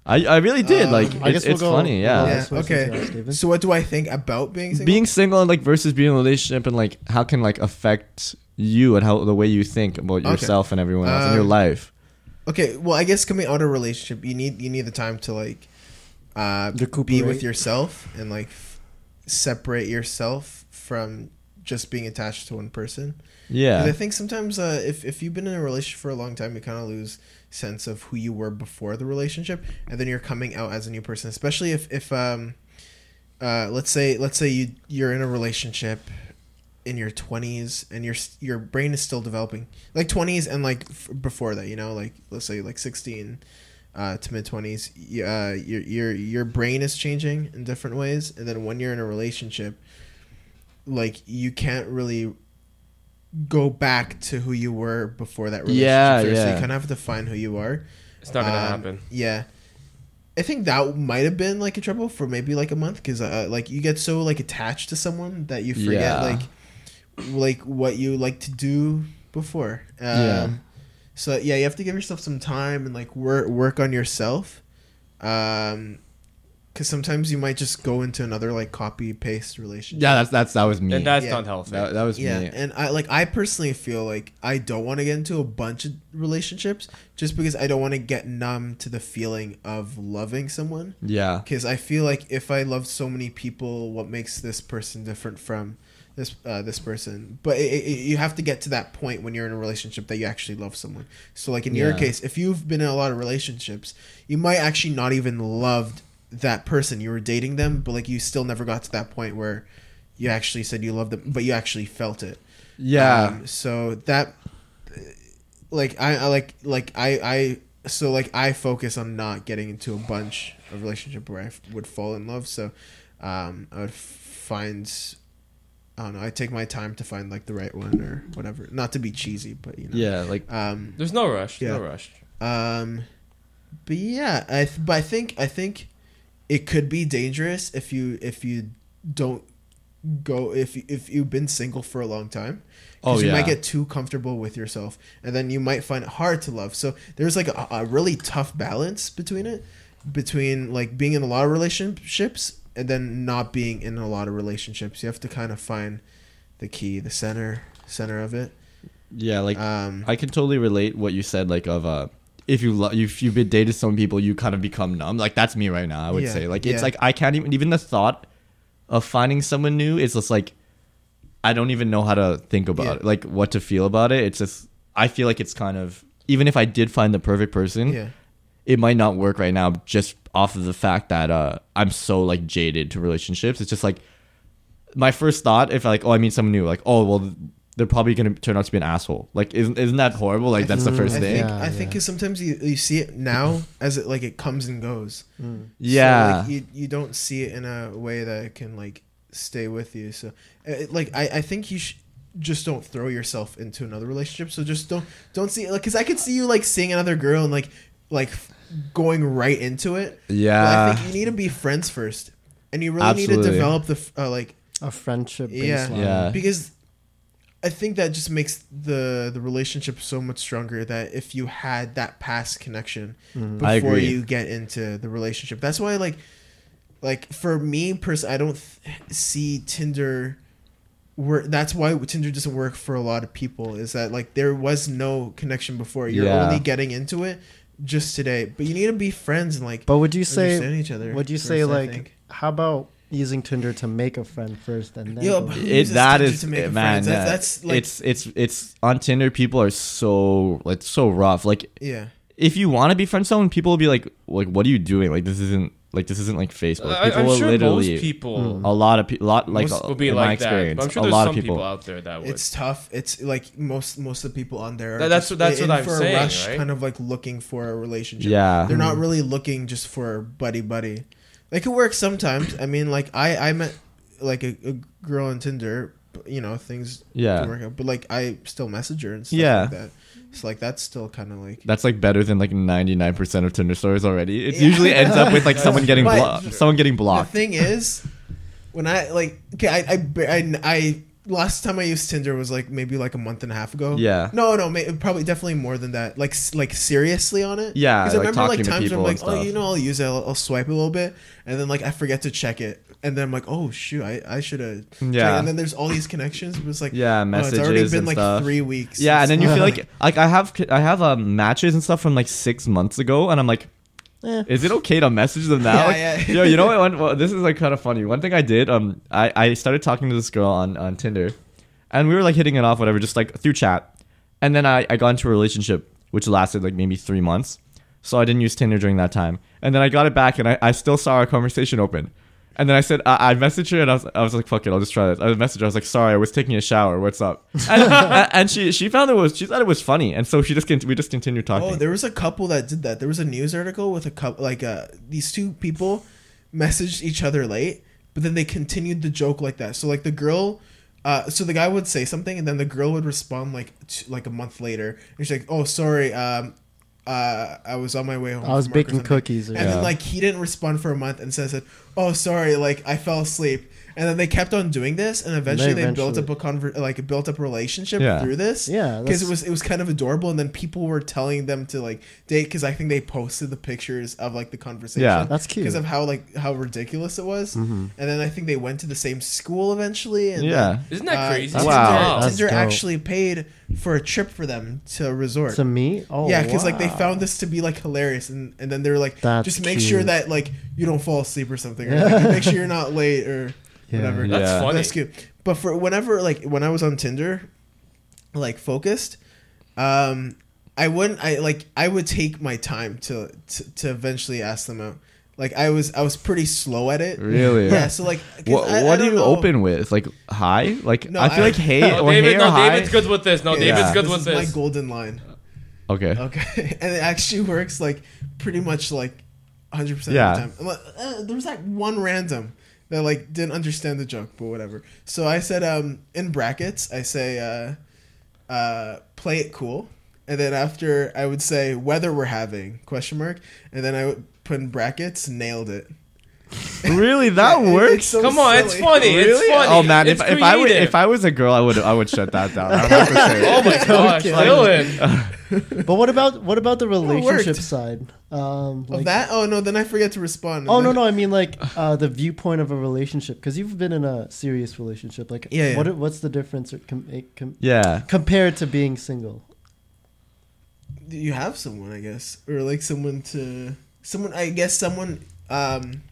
i i really did
Um,
like
I
it's,
guess we'll
it's
go-
funny
we'll
yeah
go- That's what I was
yeah.
gonna say,
Okay.
Steven.
So what do I think about being single?
being single and like versus being in a relationship and like how can like affect you and how the way you think about
Okay.
yourself and everyone else and your
Um,
life
okay. Well, I guess coming out of a relationship, you need you need the time to like uh, be
Recuperate.
with yourself and like f- separate yourself from just being attached to one person. 'Cause
yeah
I think sometimes uh, if if you've been in a relationship for a long time, you kind of lose sense of who you were before the relationship, and then you're coming out as a new person. Especially if if um, uh, let's say let's say you you're in a relationship in your 20s and your s- your brain is still developing like 20s and like f- before that you know like let's say like 16 uh, to mid 20s y- uh, your your your brain is changing in different ways and then when you're in a relationship like you can't really go back to who you were before that relationship
Yeah,
so you
yeah.
kind of have to find who you are
It's not gonna
um,
happen.
Yeah, I think that might have been like a trouble for maybe like a month because uh, like you get so like attached to someone that you forget
Yeah.
like like what you like to do before. Um,
Yeah.
So yeah, you have to give yourself some time and like work work on yourself. Um. Because sometimes you might just go into another like copy paste relationship.
yeah that's that's that was me
And that's
Yeah.
not healthy.
that, that was
Yeah,
me
and I like I personally feel like I don't want to get into a bunch of relationships just because I don't want to get numb to the feeling of loving someone
yeah
because I feel like if I love so many people, what makes this person different from this uh, this person? But it, it, you have to get to that point when you're in a relationship that you actually love someone. So, like in your
Yeah.
case, if you've been in a lot of relationships, you might actually not even loved that person. You were dating them, but like you still never got to that point where you actually said you loved them, but you actually felt it.
yeah
Um, so that, like, I, I like, like I, I, so like I focus on not getting into a bunch of relationship where I f- would fall in love. So, um, I would find, I don't know, I take my time to find like the right one or whatever. Not to be cheesy, but you know.
yeah like
Um,
There's no rush.
Yeah.
No rush.
um, but yeah, I th- but I think I think it could be dangerous if you if you don't go if if you've been single for a long time. Because
Oh,
you
yeah.
might get too comfortable with yourself, and then you might find it hard to love. So there's like a, a really tough balance between it, between like being in a lot of relationships and then not being in a lot of relationships. You have to kind of find the key, the center, center of it.
yeah like
Um,
I can totally relate what you said, like of uh, if you lo- if you've been dated some people, you kind of become numb. Like that's me right now. I would
Yeah,
say like
yeah.
it's like I can't even even the thought of finding someone new. It's just like I don't even know how to think about
Yeah.
it, like what to feel about it. It's just I feel like it's kind of even if I did find the perfect person,
yeah.
it might not work right now just off of the fact that uh, I'm so like jaded to relationships. It's just like my first thought if like oh I mean someone new like oh well they're probably gonna turn out to be an asshole. Like isn't isn't that horrible? Like that's the
Mm,
first
Mm-hmm. I
thing.
think,
Yeah,
I think
yeah.
'cause sometimes you, you see it now as it like it comes and goes.
Yeah.
So, like, you you don't see it in a way that it can like stay with you. So uh, it, like I I think you sh- just don't throw yourself into another relationship. So just don't don't see it like because I could see you like seeing another girl and like like f- going right into it. But I
Yeah.
think you need to be friends first, and you really need to
Absolutely.
develop the f- uh, like
A friendship
yeah.
baseline.
Yeah.
Because I think that just makes the the relationship so much stronger that if you had that past connection
Mm-hmm. I
before
agree.
you get into the relationship. That's why like like for me pers- I don't th- see Tinder were that's why Tinder doesn't work for a lot of people is that like there was no connection before. You're
Yeah.
only getting into it just today, but you need to be friends and like
But would you say?
understand each other.
Would you
first,
say
I
like?
think.
How about using Tinder to make a friend first and then?
Yo,
go-
but-
it
Who's
that
tempted
is
to make
it-
friends?
man
That-
yeah.
that's, like-
it's it's it's on tinder people are so like so rough like
yeah.
if you want to be friends with someone people will be like like what are you doing like this isn't like this isn't like facebook
I,
people
I'm
will
sure
literally Hmm.
most people
Mm.
a lot of people lot like
most
uh,
will be
in my
like that.
experience
But I'm sure
a
there's
lot
some
of people,
out there that would.
It's tough. It's like most most of the people on there. Are
That- that's
just
what- that's
in
what I'm
for a
saying,
rush,
right? Mm-hmm.
Kind of like looking for a relationship.
Yeah.
they're not really looking just for buddy buddy. It could work sometimes. I mean, like I I met like a, a girl on Tinder. but, You know, things
Yeah.
didn't work out. But like I still message her and stuff
Yeah.
like that. It's like that's still kind of like
that's like better than like 99% of tinder stories already it
Yeah.
usually ends up with
(laughs)
like someone getting
But-
blocked someone getting blocked
The thing is, when I like, okay, I, I, ba- I, I- last time I used Tinder was like maybe like a month and a half ago.
Yeah.
No, no, may, probably definitely more than that. Like, s- like seriously on it.
Yeah,
Because I
like,
remember like
talking to
times where I'm
people and
like, oh,
stuff.
you know, I'll use it, I'll, I'll swipe a little bit, and then like I forget to check it, and then I'm like, oh shoot, I, I should have.
Yeah.
And then there's all these connections. It was like,
Yeah,
Oh, it's already
messages
been
and
like
stuff.
three weeks.
yeah and then you feel
It's (laughs)
like like i have i have um, matches and stuff from like six months ago and i'm like
Eh.
is it okay to message them now?
Yeah,
Like,
yeah.
Yo, you know what? One, well, this is like kind of funny. One thing I did, um, I, I started talking to this girl on, on Tinder, and we were like hitting it off, whatever, just like through chat. And then I, I got into a relationship which lasted like maybe three months, so I didn't use Tinder during that time. And then I got it back, and I, I still saw our conversation open. And then I said I, I messaged her, and I was, I was like, "Fuck it, I'll just try this." I messaged her, I was like, "Sorry, I was taking a shower. What's up?" And, and (laughs) she she found it was she thought it was funny, and so she just cont- we just continued talking.
Oh, there was a couple that did that. There was a news article with a couple, like uh, these two people messaged each other late, but then they continued the joke like that. So like the girl, uh, so the guy would say something, and then the girl would respond like t- like a month later, and she's like, "Oh, sorry, um, uh, I was on my way home.
I was
from work or
baking
something."
cookies or-
and
Yeah.
then like he didn't respond for a month, and says, "Oh, sorry, like I fell asleep." And then they kept on doing this, and eventually they, built
eventually-
up a conver- like a built up relationship
Yeah.
through this.
Yeah,
because
that's-
it was it was kind of adorable, and then people were telling them to like date because I think they posted the pictures of like the conversation.
Yeah. Mm-hmm.
That's cute.
Because of how like how ridiculous it was, and then I think they went to the same school eventually. And
yeah,
like,
Isn't that
uh,
crazy?
Tinder,
Wow.
That's
Tinder
dope.
actually paid for a trip for them to a resort.
to me? Oh,
yeah, because like they
wow.
found this to be like hilarious, and, and then they were like,
That's
just make sure
cute.
that like you don't fall asleep or something, or like, make sure you're not late or
Yeah.
whatever.
That's Yeah.
funny.
That's cute. But for whenever like when I was on Tinder, like focused, um, I wouldn't. I like I would take my time to to, to eventually ask them out. Like I was I was pretty slow at it.
Really?
Yeah. So like, 'cause
What,
I- I
what do
don't
you
know.
open with? Like high? Like
No,
I feel
I-
like hey
No,
or
David,
hey or
no,
high.
David's good with this. No,
Yeah,
David's
Oh, David's good
this
with
is My
this.
golden line.
Okay.
Okay, (laughs) and it actually works like pretty much like 100 percent
Yeah.
of the time. I'm like, Uh, there was that one random that like didn't understand the joke, but whatever. So I said um in brackets, I say uh, uh, play it cool, and then after I would say weather we're having question mark, and then I would put in brackets, nailed it.
(laughs) Really, that
It- it's
works.
so
Come on, it's
silly.
funny. It's funny.
Oh man, if,
It's
if I would
creative.
if I was a girl, I would I would shut that down. I don't have
(laughs)
to say
Oh
it.
my gosh, Dylan.
But what about what about the
worked.
relationship side? Um,
Of
like,
that, oh no, then I forget to respond. (laughs)
Oh no no! I mean like uh, the viewpoint of a relationship because you've been in a serious relationship. Like,
Yeah, yeah.
what what's the difference or com- it com-
Yeah.
compared to being single?
you have someone, I guess, or like someone to someone. I guess someone. Um,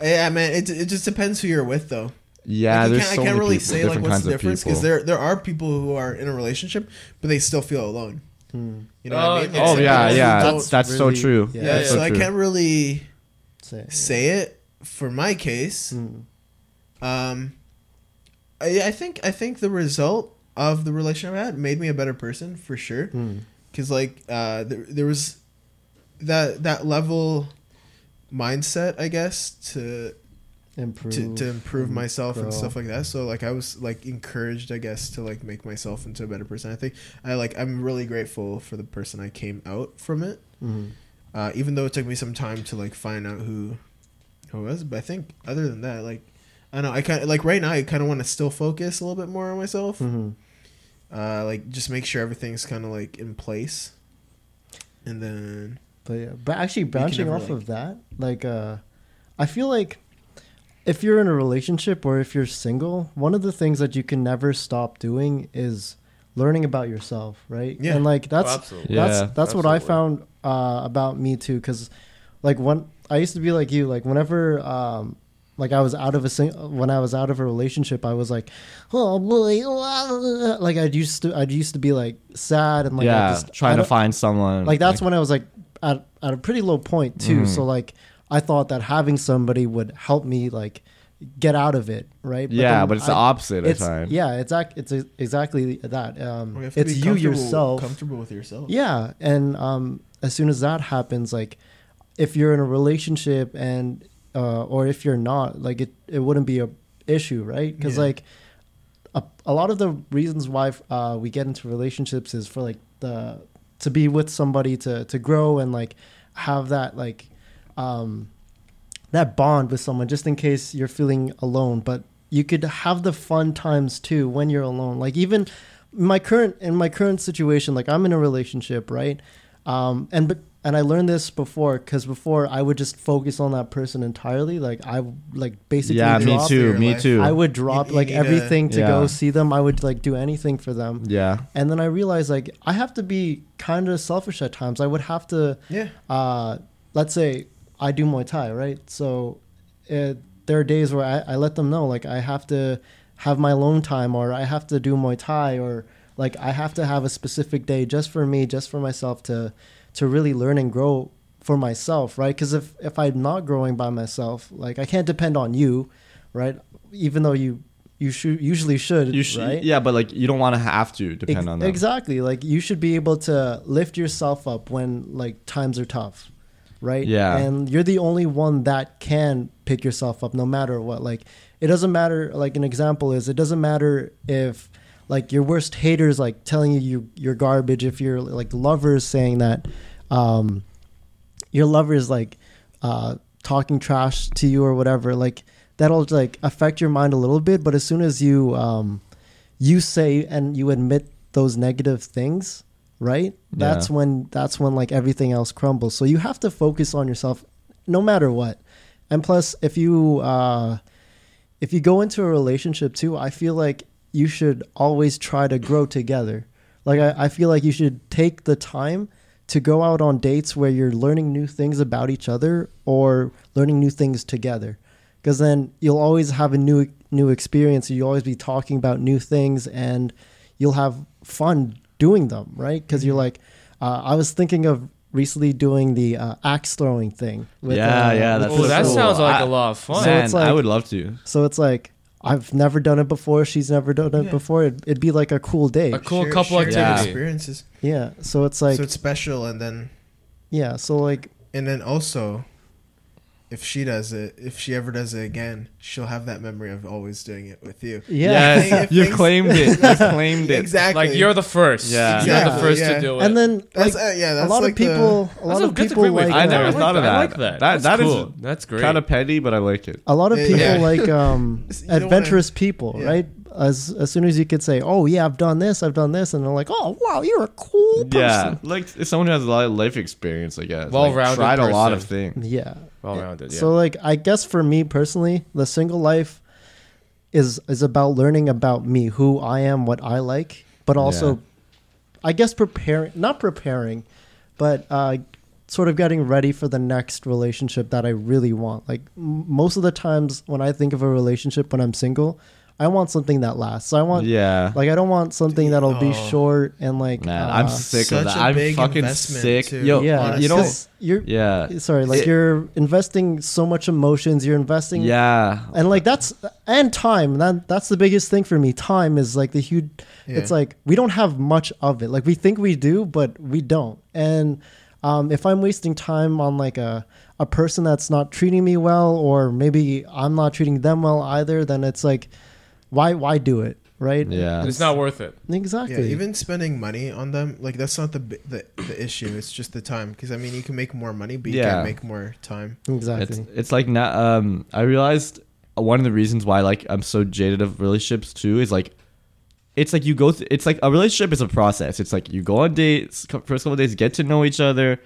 yeah, man. It, it just depends who you're with, though.
Yeah,
Like, you
there's
can't,
so
I can't
many
really
people,
say like
different
what's
kinds
the
of people.
difference because there there are people who are in a relationship but they still feel alone. You know what
Oh,
I mean?
yeah.
Like,
oh
some
yeah,
people
yeah.
don't-
That's that's so
really-
true.
yeah.
yeah,
That's
so,
so
I
true.
can't really
Say.
say it for my case. Um, I, I think I think the result of the relationship I had made me a better person for sure. Because like uh, there, there was that that level mindset, I guess, to
Improve.
to, to improve myself and
grow.
stuff like that. So like I was like encouraged, I guess, to like make myself into a better person. I think I like I'm really grateful for the person I came out from it.
Mm-hmm.
Uh, even though it took me some time to like find out who who it was, but I think other than that, like I don't know, I kind of like right now I kind of want to still focus a little bit more on myself.
Mm-hmm.
Uh, like just make sure everything's kind of like in place, and then
But yeah, but actually branching
never,
off
like-
of that, like uh I feel like if you're in a relationship or if you're single, one of the things that you can never stop doing is learning about yourself, right?
Yeah.
And like that's
Oh, absolutely.
that's
Yeah,
that's what I
absolutely.
found uh, about me too, because like when I used to be like you, like whenever um, like I was out of a sing- when I was out of a relationship, I was like, oh boy, like I used to I used to be like sad and like I
yeah,
just- I
trying to
don't-
find someone.
like that's when I was like at, at a pretty low point
Mm-hmm.
too. So like I thought that having somebody would help me like get out of it, right?
yeah,
then
but it's the
I-
opposite of
it's
time.
yeah, it's ac- it's exactly that. Um,
You have to
it's
be
you
comfortable-
yourself.
Comfortable with yourself.
Yeah, and um, as soon as that happens, like if you're in a relationship and uh, or if you're not, like it it wouldn't be a issue, right? Because
Yeah.
like a, a lot of the reasons why uh, we get into relationships is for like the to be with somebody to to grow and like have that like um, that bond with someone just in case you're feeling alone but you could have the fun times too when you're alone like even my current in my current situation like i'm in a relationship right um and but and i learned this before because before i would just focus on that person entirely like i like basically
yeah, me
drop,
too,
your
me
life.
too.
i would drop
You- you
like
need to-
everything to
Yeah.
go see them i would like do anything for them
yeah,
and then i realized like i have to be kind of selfish at times i would have to
Yeah.
uh, let's say I do Muay Thai, right? So uh there are days where I, I let them know, like, I have to have my alone time or I have to do Muay Thai or like I have to have a specific day just for me, just for myself to, to really learn and grow for myself, right? Because if, if I'm not growing by myself, like, I can't depend on you, right? Even though you, you should, usually should,
you should.
right?
Yeah, but like you don't want to have to depend
Ex-
on them.
Exactly. Like you should be able to lift yourself up when like times are tough, right?
Yeah.
And you're the only one that can pick yourself up no matter what. Like it doesn't matter. Like an example is it doesn't matter if like your worst haters like telling you, you you're garbage. If your like lovers saying that, um, your lover is like uh, talking trash to you or whatever, like that'll like affect your mind a little bit. But as soon as you um, you say and you admit those negative things, right? That's when that's when like everything else crumbles. So you have to focus on yourself, no matter what. And plus, if you uh, if you go into a relationship too, I feel like you should always try to grow together. Like I, I feel like you should take the time to go out on dates where you're learning new things about each other or learning new things together. Because then you'll always have a new new experience. You'll always be talking about new things, and you'll have fun doing them, right? Because
Mm-hmm.
you're like, uh, I was thinking of recently doing the uh, axe throwing thing.
Yeah,
uh,
yeah,
with
that's
Oh,
so
that
cool.
sounds like
I-
a lot of fun.
So
Man,
it's
I
like-
would love to.
so it's like I've never done it before. She's never done it
Yeah.
before. It'd, it'd be like a cool day.
A cool couple
shared
activity.
experiences.
yeah. So it's like
so it's special, and then
yeah. So like
and then also, if she does it, if she ever does it again, she'll have that memory of always doing it with you.
yeah.
Yes,
If
you
things-
claimed it.
(laughs)
You claimed it.
Exactly.
Like you're the first.
Yeah.
You're the
Exactly,
first
yeah.
to do it.
And then like,
That's, uh, yeah,
a
that's
lot
like
of
the-
people, a lot
That's
of
that's
people
way
like
to
I
do it.
never
like
thought
that.
of
I
that.
like that.
That-
That's
that is
cool. That's great.
Kind of petty, but I like it.
a lot of
Yeah,
people
yeah. (laughs)
like um
You don't wanna-
adventurous people,
Yeah.
right? As as soon as you could say, oh yeah, I've done this, I've done this, and they're like, oh wow, you're a cool
Yeah,
person.
like if someone who has a lot of life experience, I guess. like,
Well-rounded
tried a lot of
person.
things.
Yeah.
well rounded. Yeah.
So like I guess for me personally, the single life is is about learning about me, who I am, what I like, but also
Yeah.
I guess preparing not preparing, but uh sort of getting ready for the next relationship that I really want. Like m- most of the times when I think of a relationship when I'm single, I want something that lasts. I want
Yeah,
like I don't want something that'll be
Oh.
short and like
man,
uh,
I'm sick
such
of that.
a
I'm
big
fucking
investment,
sick.
too,
Yo,
yeah,
you know,
'cause you're
yeah,
sorry like
It-
you're investing so much emotions you're investing
yeah,
and like that's and time that that's the biggest thing for me time is like the huge
Yeah.
it's like we don't have much of it like we think we do but we don't and um, if i'm wasting time on like a, a person that's not treating me well or maybe i'm not treating them well either then it's like why why do it right
yeah.
it's not worth it.
exactly
Yeah, even spending money on them, like that's not the bi- the, the issue. It's just the time, because I mean, you can make more money, but you
Yeah.
can't make more time.
exactly
It's it's like now. Um, I realized one of the reasons why like I'm so jaded of relationships too is like, it's like you go. Th- it's like a relationship is a process. It's like you go on dates, cou- first couple of days, get to know each other,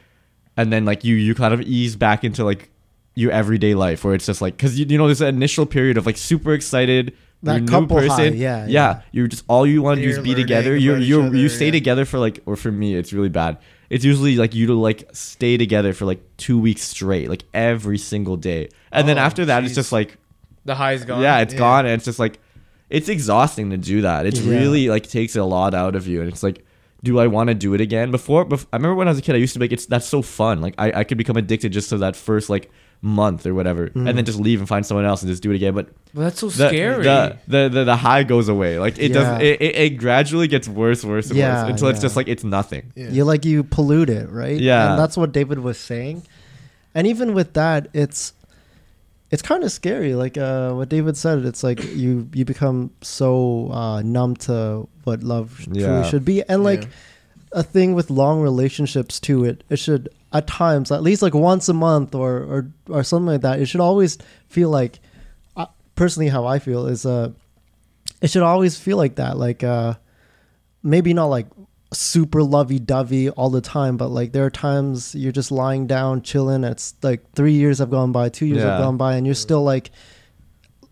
and then like you you kind of ease back into like your everyday life where it's just like because you, you know there's an initial period of like super excited
That
you're a new
couple high, yeah,
yeah
yeah.
you're just all you want to do is
You're
be
learning
together
about
you
each
you
other,
you stay
yeah.
together for like or for me it's really bad it's usually like you to like stay together for like two weeks straight like every single day and then
Oh,
after that
jeez.
it's just like
The high's gone.
yeah it's
Yeah.
gone and it's just like it's exhausting to do that it's
Yeah.
really like takes a lot out of you and it's like do i want to do it again before, bef- i remember when i was a kid i used to be like it's that's so fun like i, I could become addicted just to that first like month or whatever and then just leave and find someone else and just do it again but
But that's so
the,
scary.
The, the the the high goes away like it does
Yeah.
it, it, it gradually gets worse worse and
Yeah,
worse until it's
yeah.
just like it's nothing
Yeah.
you like you pollute it right
Yeah.
and that's what david was saying and even with that it's it's kind of scary like uh what david said it's like you you become so uh numb to what love sh-
Yeah.
truly should be and like
Yeah.
a thing with long relationships too it it should at times at least like once a month or or or something like that it should always feel like uh, personally how i feel is uh it should always feel like that like uh maybe not like super lovey-dovey all the time but like there are times you're just lying down chilling it's like three years have gone by two years
Yeah.
have gone by and you're still like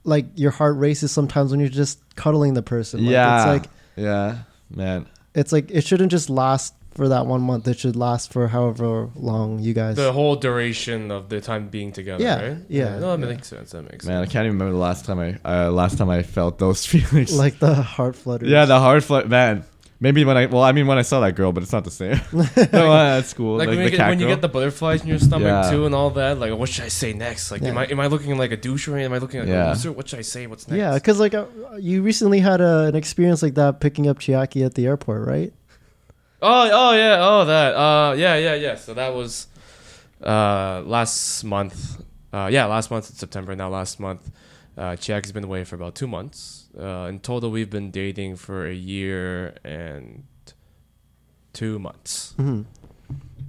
like your heart races sometimes when you're just cuddling the person like,
yeah
it's like
yeah man
it's like it shouldn't just last for that one month it should last for however long you guys
the whole duration of the time being together,
Yeah,
right?
yeah,
No, that makes sense. That makes
man i can't even remember the last time i uh, last time i felt those (laughs) feelings
(laughs) like the heart flutters
Yeah, the hard flip, man. Maybe when I well, I mean when I saw that girl, but it's not the
(laughs)
same. (laughs) no, uh, that's cool. Like,
sense. Like, when,
the
you get,
cat
when you
girl.
get the butterflies in your stomach
Yeah.
too and all that, like what should I say next? Like am I am I looking like a douche or am I looking like
Yeah.
a loser? What should I say? What's next?
yeah because like uh, you recently had a, an experience like that picking up chiaki at the airport right
Oh, oh yeah, oh that. Uh, yeah, yeah, yeah. So that was uh last month. Uh, yeah, last month in September. Now last month, uh, Chiak has been away for about two months. Uh, in total, we've been dating for a year and two months.
Mm-hmm.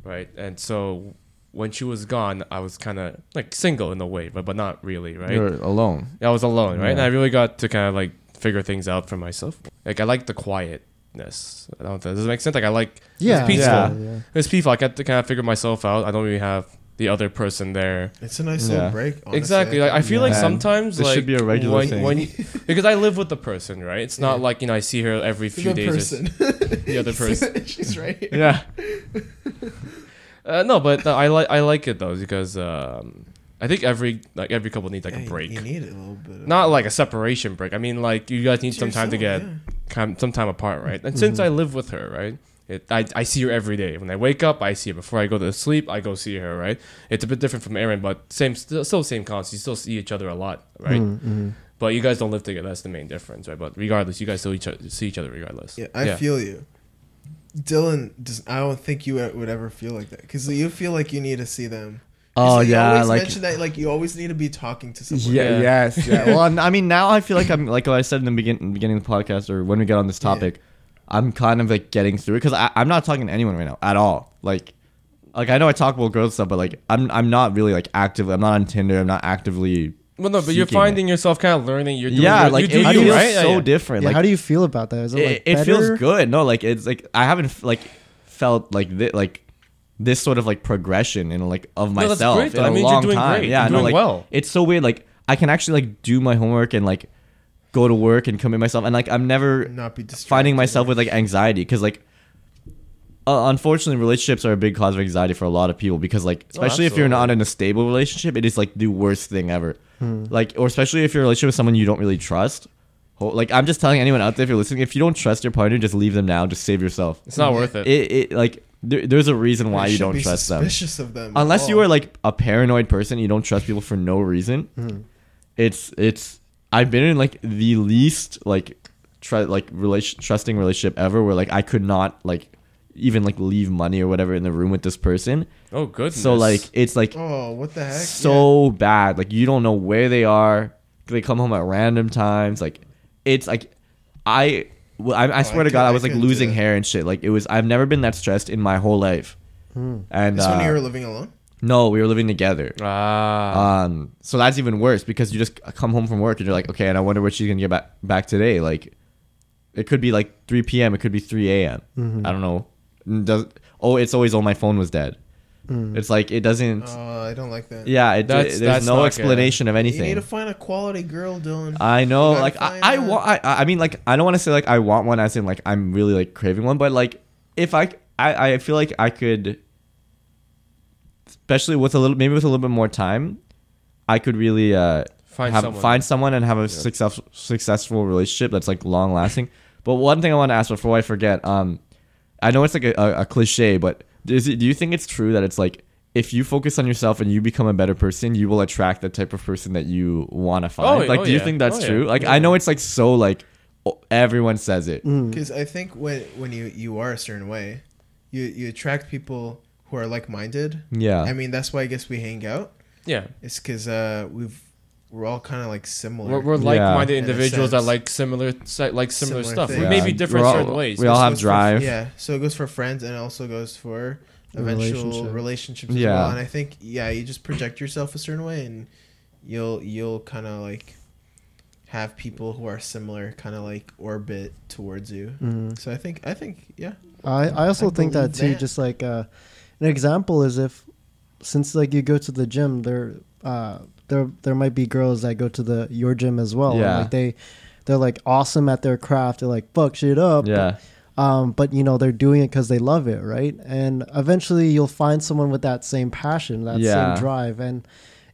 Right, and so when she was gone, I was kind of like single in a way, but but not really, right?
You're alone.
I was alone, right? And
Yeah.
I really got to kind of like figure things out for myself. Like I like the quietness. I don't. Does it make sense? Like I like
Yeah,
it's peaceful.
yeah,
yeah.
It's peaceful. I got to kind of figure myself out. I don't really have the other person there.
It's a nice little
Yeah.
break. Honestly.
Exactly. Like I feel like
Man,
sometimes
this
like
should be a regular
when,
thing. (laughs)
when you- because I live with the person, right? It's not like you know I see her every few
the
days. or-
person.
(laughs) The other
(laughs)
person.
She's right here.
Yeah,
Uh, no, but uh, I like I like it though because um, I think every like every couple needs like
Yeah,
a
you-
break.
You need a little bit. Of
not like a separation break. I mean, like you guys need
To
some time to
yourself,
get com- some time apart, right? And
Mm-hmm.
since I live with her, right, it, I I see her every day. When I wake up, I see her. Before I go to sleep, I go see her, right? It's a bit different from Aaron, but same, still, still same concept. You still see each other a lot, right?
Mm, mm-hmm.
But you guys don't live together. That's the main difference, right? But regardless, you guys still each other, see each other regardless.
Yeah, I feel you. Dylan, does, I don't think you e-, would ever feel like that because you feel like you need to see them.
Oh,
you
yeah,
always
like-
mention that like you always need to be talking to someone.
yeah,
Yeah.
yes,
(laughs)
yeah. Well, I'm- I mean, now I feel like I'm like what I said in the begin- beginning of the podcast, or when we get on this topic, I'm kind of like getting through it because I'm not talking to anyone right now at all. Like, like I know I talk about girls stuff, but like I'm I'm not really like actively. I'm not on Tinder. I'm not actively.
Well, no, but you're
seeking it.
finding yourself kind of learning. You're doing
yeah,
your-
like
you
it
do
feels
you, right? Yeah,
so
yeah.
different.
yeah,
like
how do you feel about that is it like
it, it feels
better?
good. No, like it's like I haven't f- like felt like this like this sort of like progression in like of
that's
myself
great, though.
in
I
a
mean, you're
long
doing
time.
great.
Yeah,
You're
no,
doing
like
well.
it's so weird. Like I can actually like do my homework and like go to work and commit myself and like I'm never
Not be distracted.
finding myself with like anxiety because like uh, unfortunately relationships are a big cause of anxiety for a lot of people because like
Oh,
especially if you're not
absolutely.
in a stable relationship it is like the worst thing ever
Hmm.
like or especially if you're in a relationship with someone you don't really trust Ho- like i'm just telling anyone out there if you're listening if you don't trust your partner just leave them now just save yourself
It's not worth it.
it, it like there, there's a reason why
You
you
should
don't
be
trust them
suspicious of them. Oh. at
unless you
all.
are like a paranoid person you don't trust people for no reason
Hmm.
it's it's i've been in like the least like try like relation trusting relationship ever where like i could not like even like leave money or whatever in the room with this person
Oh, goodness.
so like it's like
Oh, what the heck?
so bad like you don't know where they are they come home at random times like it's like i well, I, I swear to
could-
God, I
Oh, I
was like
couldn't do
losing
that.
hair and shit. Like it was, I've never been that stressed in my whole life.
Hmm.
And
This
uh,
one you were living alone.
no, we were living together.
ah,
Um, so that's even worse because you just come home from work and you're like, okay, and I wonder what she's gonna get back back today. Like, it could be like
Mm-hmm.
3 p.m. It could be 3 a.m. I don't know. Does oh, it's always oh my phone was dead.
Mm.
It's like it doesn't.
Uh, I don't like that.
yeah, it,
That's-
there's
that's not
no
good.
explanation of
You need
anything.
to find a quality girl, Dylan.
I know,
You gotta
like I,
find
I
a-
want. I, I mean, like I don't want to say like I want one as in like I'm really like craving one, but like if I, I, I feel like I could, especially with a little, maybe with a little bit more time, I could really uh
Find
have,
someone.
find someone and have a success, successful relationship that's like long lasting. but one thing I want to ask before I forget, um, I know it's like a, a, a cliche, but is it, do you think it's true that it's like if you focus on yourself and you become a better person, you will attract the type of person that you want to find?
Oh,
like,
oh,
do you
yeah.
think that's
Oh, yeah.
true? Like, I know it's like so like o- everyone says it.
Mm.
Because I think when when you you are a certain way, you you attract people who are like minded.
Yeah.
I mean that's why I guess we hang out.
Yeah.
It's because uh, we've we're all kind of like similar.
We're, we're
Yeah.
like-minded
In a
individuals that
sense.
like similar, si- like similar,
Similar
stuff. We
things.
may
Yeah.
be different
We're all-
certain ways.
we all
This
have
goes for-
drive.
yeah, so it goes for friends and it also goes for eventual
Relationship.
relationships. As
Yeah.
well. and I think yeah, you just project yourself a certain way, and you'll you'll kind of like have people who are similar, kind of like orbit towards you.
Mm-hmm.
So I think I think yeah,
I, I also
I
think that
believe
too.
that.
Just like uh, an example is if since like you go to the gym, there uh, there there might be girls that go to the your gym as well. and,
Yeah.
like they they're like awesome at their craft. They're like fuck shit up.
Yeah.
Um, but you know they're doing it because they love it, right? And eventually you'll find someone with that same passion, that
Yeah.
same drive, and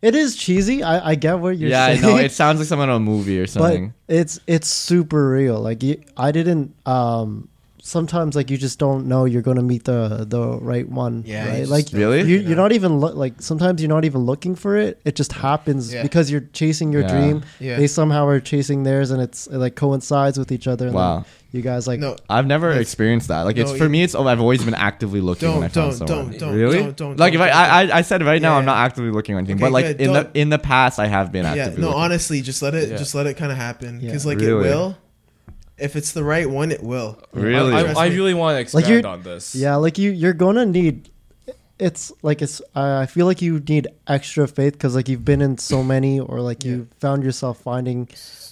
it is cheesy. I, I get what you're
yeah, I
saying. (laughs)
know. It sounds like someone on a movie or something.
But it's it's super real. Like you, I didn't. Um, sometimes like you just don't know you're going to meet the the right one.
Yeah, you
right?
just
Like
don't
Really?
you
figure it
you're
out.
not even look like sometimes you're not even looking for it. It just happens
Yeah.
because you're chasing your
Yeah.
dream.
Yeah.
They somehow are chasing theirs, and it's it, like coincides with each other. And
Wow.
then You guys like
no.
I've never experienced that. Like
No,
it's for
you-
me. It's oh, I've always been actively looking. when I
Don't,
found
don't,
someone.
don't, don't,
really.
don't, don't,
like
don't,
if I, I I said right now,
Yeah,
I'm not
yeah.
actively looking or anything.
Okay,
but like
good,
in the
don't-
in the past, I have been
Yeah,
actively.
no,
looking.
honestly, just let it
Yeah.
just let it kind of happen because
Yeah.
like
Really?
it will. If it's the right one, it will.
Really?
I,
Trust
I
me.
really want to
Like,
expand
you're-
on this.
Yeah, like you, you're gonna need. It's like it's. I I feel like you need extra faith because like you've been in so many, or like you found yourself finding,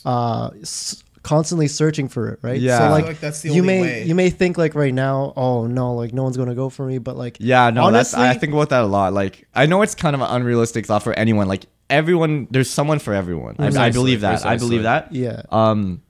uh, s- constantly searching for it, right?
Yeah. I
So
feel
like,
like that's the
you
only
may
way.
you may think like right now, oh no, like no one's gonna go for me, but like
Yeah, no, that's I think about that a lot. Like I know it's kind of an unrealistic thought for anyone. Like everyone, there's someone for everyone. I, I
Precisely,
believe that. I believe
precisely.
that.
Yeah.
Um,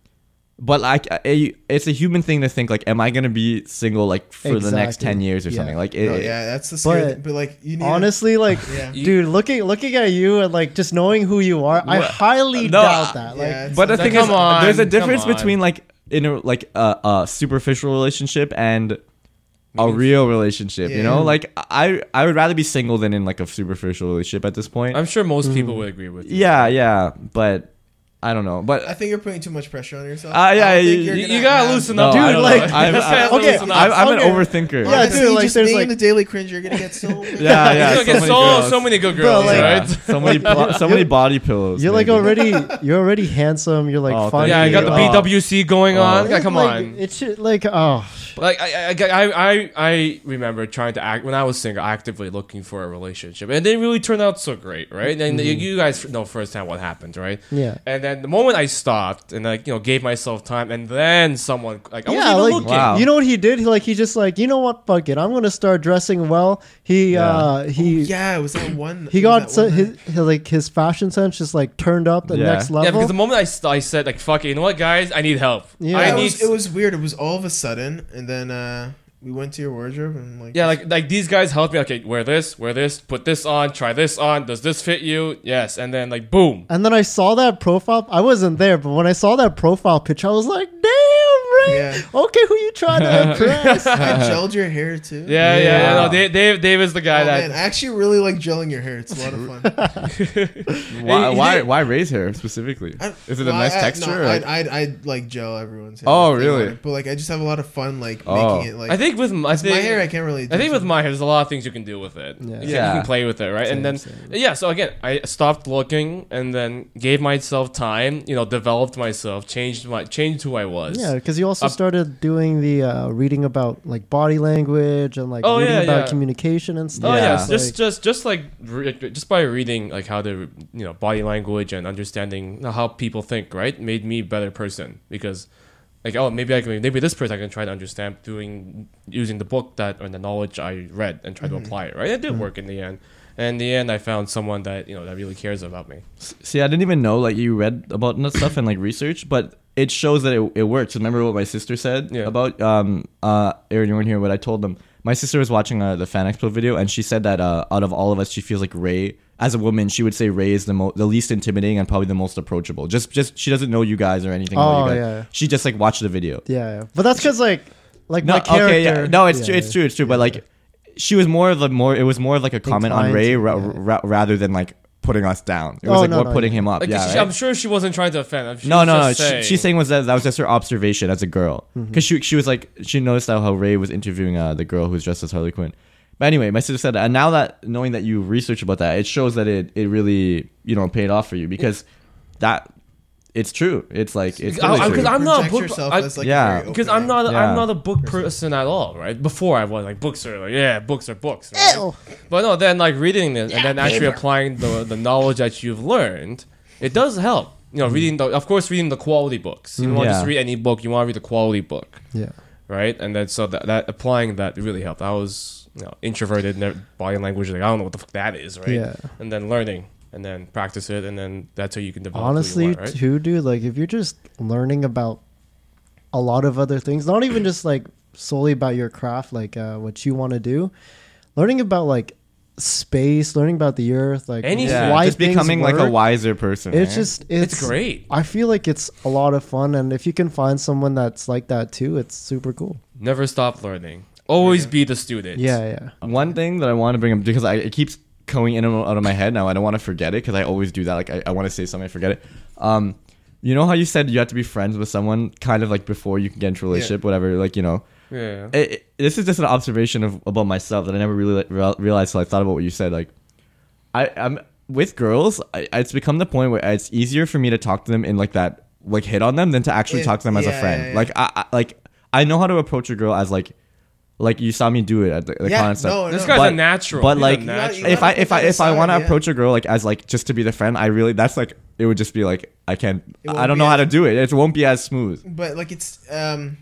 but like I- it's a human thing to think like, am I gonna be single like for the next
Exactly.
ten years or
Yeah.
something? Like it,
No,
it-
yeah, that's the scary.
But-
thing, but like you need
honestly, like,
Yeah.
dude, looking looking at you and like just knowing who you are, I
Well,
highly
no,
doubt
I-
that. Like,
yeah, it's
But the
not-
thing
come
is,
on,
there's a
come
difference
on.
between like in a like a, a superficial relationship and a real relationship. You know,
Yeah.
like I I would rather be single than in like a superficial relationship at this point.
I'm sure most people would agree with you.
yeah, yeah, but I don't know. But
I think you're putting too much pressure on yourself.
Ah, yeah,
I don't think
you-
You,
you're
you
gonna
gotta
have-
loosen up.
No,
I
I
don't
don't
know.
like-
You
I'm-
just
I'm-
gotta
okay,
loosen up.
I'm, I'm an
Okay.
overthinker.
Yeah,
Honestly,
dude, like,
just
there's,
being
like-
in the daily cringe, you're gonna get so.
Yeah, yeah.
You're gonna get
so many
so,
girls.
so many good
Bro,
girls,
like-
Yeah.
right?
so many, blo- so many body pillows.
you're like
maybe.
already you're already handsome. You're like
Oh, thank
funny.
Yeah, I got the
Oh.
BWC going on. Yeah, come
like,
on.
It should like oh
Like I, I, I, I, I remember trying to act when I was single, actively looking for a relationship, and it didn't really turn out so great, right? And you, you guys know firsthand what happened, right?
Yeah.
And then the moment I stopped and like you know gave myself time, and then someone like I
yeah,
wasn't even
like
looking.
Wow.
you know what he did? He, like he just like you know what? Fuck it, I'm gonna start dressing well. He
Yeah.
uh he
Yeah, it was that one.
he
it was
got
that
so
one
his,
night.
his like his fashion sense just like turned up the
Yeah.
next
Yeah,
level.
Yeah, because the moment I, st- I said like fuck it, you know what guys, I need help.
Yeah.
I
Yeah, it,
need.
was, it was weird. It was all of a sudden, and then uh, we went to your wardrobe and like.
yeah, like like these guys helped me. Okay, wear this, wear this, put this on, try this on. Does this fit you? Yes, and then like boom.
and then I saw that profile. I wasn't there, but when I saw that profile picture, I was like, "Damn, Ray!
Yeah.
Okay, who you
(laughs)
trying to impress?"
I gelled your hair too.
Yeah, yeah, yeah.
Wow.
no, Dave, Dave, Dave is the guy
Oh,
that
man, I actually really like gelling your hair. It's a lot of fun.
Why,
He- he
why,
did-
why raise hair specifically?
I-
Is it a
well,
nice
I- I-
texture?
No,
or
I,
like-
I, I, like gel everyone's hair.
Oh,
if they want
really?
it. But like, I just have a lot of fun like
Oh.
making it like.
I think with my, I
my
think,
hair, I can't really. Do
I think with
something.
my hair, there's a lot of things you can do with it. You, can, you
Yeah.
can play with it, right? and then yeah, so again, I stopped looking and then gave myself time. You know, developed myself, changed my changed who I was.
yeah, because you also
Uh,
started doing the uh, reading about like body language and like
Oh,
reading
yeah,
about
yeah.
communication and stuff.
Oh
Yeah.
yeah,
It's
just
like-
just just like re- just by reading like how the you know body language and understanding how people think, right, made me a better person because like oh maybe I can maybe this person I can try to understand doing using the book that or the knowledge I read and try
Mm-hmm.
to apply it right. It did work in the end. And in the end, I found someone that you know that really cares about me.
See, I didn't even know like you read about that stuff and like research, but it shows that it, it works. Remember what my sister said
Yeah.
about um uh Aaron, you weren't here, but I told them my sister was watching uh, the Fan Expo video, and she said that uh, out of all of us, she feels like Ray. As a woman, she would say Ray is the mo- the least intimidating and probably the most approachable. Just just she doesn't know you guys or anything. about
Oh,
you guys.
yeah.
She just like watched the video.
Yeah, yeah. but that's because like, like
No,
my character.
okay, yeah. No, it's
yeah,
true. It's
yeah.
true. It's true. But like, she was more of the more. It was more of like a comment on
Inclined,
Ray ra-
yeah.
ra- rather than like putting us down. It was
Oh,
like
no,
more
no,
putting him up.
Like
yeah,
she,
right?
I'm sure she wasn't trying to offend. I'm- she
no,
was
no, no.
just
She, she's saying was that that was just her observation as a girl, because
Mm-hmm.
she she was like she noticed how, how Ray was interviewing uh, the girl who's dressed as Harley Quinn. But anyway, my sister said, that, and now that knowing that you researched about that, it shows that it it really you know paid off for you because that it's true. It's like it's
I-
totally
I-
true.
'cause I'm not a
Project
book-
yourself
I-
as, like,
Yeah.
very
because
open
I'm not
Yeah.
I'm not a book person at all, right? Before I was like books are like yeah, books are books. Right?
Ew.
But no, then like reading it and then
Yeah,
actually
paper.
applying the the knowledge that you've learned, it does help. You know, reading the of course reading the quality books. You don't want to just
Mm. Yeah.
read any book. You want to read the quality book,
Yeah.
right? And then so that, that applying that really helped. I was you know introverted, never, body language like I don't know what the fuck that is, right?
Yeah.
And then learning and then practice it, and then that's how you can develop. who you
Honestly,
want, right?
too, dude. Like, if you're just learning about a lot of other things, not even just like solely about your craft, like uh, what you want to do, learning about like space, learning about the earth, like
Anything.
yeah,
why
just
things
becoming like a
work,
wiser person.
It's
eh?
just
It's
it's,
great.
I feel like it's a lot of fun, and if you can find someone that's like that too, it's super cool.
Never stop learning. Always be the student.
Yeah, yeah.
One thing that I want to bring up because I, it keeps going in and out of my head now. I don't want to forget it because I always do that. Like I, I want to say something, I forget it. Um, you know how you said you have to be friends with someone kind of like before you can get into a relationship, whatever. Like you know,
Yeah.
it, it- this is just an observation of about myself that I never really real- realized till I thought about what you said. Like I, I'm with girls, I, it's become the point where it's easier for me to talk to them in like that, like hit on them than to actually
Yeah,
talk to them as a
yeah,
friend.
yeah, yeah.
Like I, I, like I know how to approach a girl as like, like you saw me do it at the, the
Yeah,
con and stuff.
no,
This
no.
guy's
But-
a natural.
But
He's
like,
a natural.
You gotta- you
if I
gotta
if I
put
if I
aside,
want to
yeah.
approach a girl like as like just to be the friend, I really that's like it would just be like I can't.
won't
I don't
be
know how
as-
to do it. It won't be as smooth.
but like it's um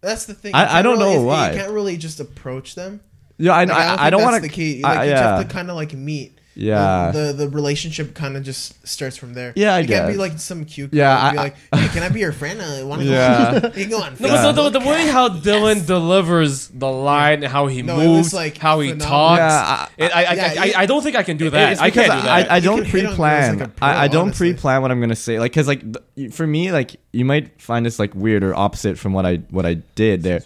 that's the thing
I-
You can't
I don't
really-
know
you
why.
can't really just approach them
Yeah, I
Like,
I, I, don't
think
want
that's
to.
the key like
I,
you just
yeah.
have to kind of like meet
Yeah.
the, the the relationship kind of just starts from there
Yeah, I
you can't be
guess.
like some cute girl
Yeah,
and be
I-
like hey can I be your friend I want to
Yeah.
go on (laughs) you can go on
No, but
Facebook."
the, the, the way how Dylan delivers the line, how he
No, it was,
moves,
like,
how he
phenomenal.
talks,
Yeah,
it, I, I,
yeah,
I,
it-
I, I don't think I can do that.
It's
I can't
because
do that.
I, I
You
don't
can hit on girls
pre-plan.
like a pro,
I, I don't
honestly.
pre-plan what I'm gonna say. Like, cause like th- for me, like you might find this like weird or opposite from what I what I did there.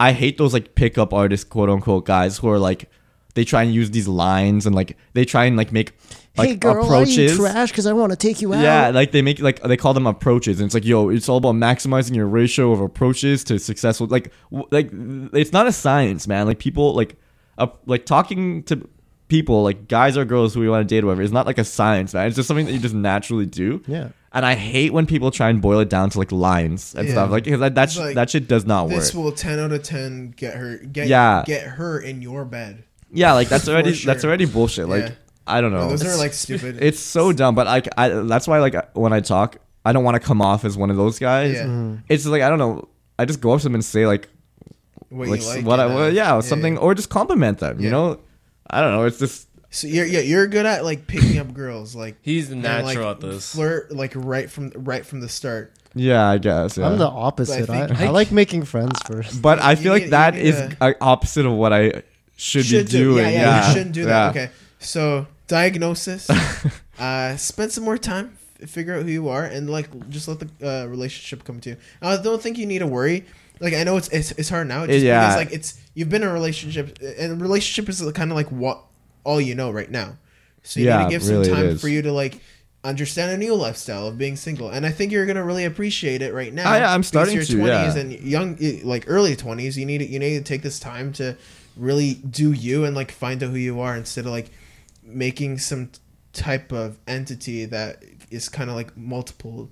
I hate those like pickup artist quote unquote guys who are like they try and use these lines and like they try and like make like
hey girl,
approaches.
are you trash? Because I want to take you out.
Yeah, like they make like they call them approaches, and it's like, yo, it's all about maximizing your ratio of approaches to successful. Like, w- like it's not a science, man. Like people, like, up, like talking to people, like guys or girls who you want to date, or whatever. It's not like a science, man. It's just something that you just naturally do.
Yeah.
And I hate when people try and boil it down to like lines and
Yeah.
stuff. Like 'cause that that,
It's
sh-
like,
that shit does not work.
this will 10 out of 10 get her get
Yeah.
get her in your bed
yeah, like that's
(laughs) For
already
sure.
that's already bullshit. Like
Yeah.
I don't know.
those
Oh,
are
It's-
like stupid
it's so dumb but like i that's why like when i talk i don't want to come off as one of those guys
Yeah. Mhm.
it's like i don't know i just go up to them and say like
what
like,
you like
what i
and, uh,
well, yeah, something or just compliment them you
Yeah.
know i don't know it's just
So you're yeah, you're good at like picking up girls like
He's the
and,
natural
like,
at this.
flirt like right from right from the start.
yeah i guess yeah.
I'm the opposite.
But
I,
I think-
I, like making friends first.
but i
you
feel
need-
like
you
that
need
is
to-
a opposite of what i should, be
do-
doing
yeah, yeah,
yeah
you shouldn't do that.
Yeah.
Okay, so
(laughs)
diagnosis. uh, spend some more time, f- figure out who you are, and like just let the uh, relationship come to you. I don't think you need to worry. Like I know it's it's, it's hard now. It's just
Yeah.
because like it's you've been in a relationship, and a relationship is kind of like what all you know right now. So you need
Yeah,
to give
really it
some time
is.
for you to like understand a new lifestyle of being single, and I think you're gonna really appreciate it right
Oh,
now.
Ah, yeah, I'm
because
starting
you're
to, yeah.
20s and young, like early 20s, you need to, you need to take this time to really do you and like find out who you are instead of like making some type of entity that is kind of like multiple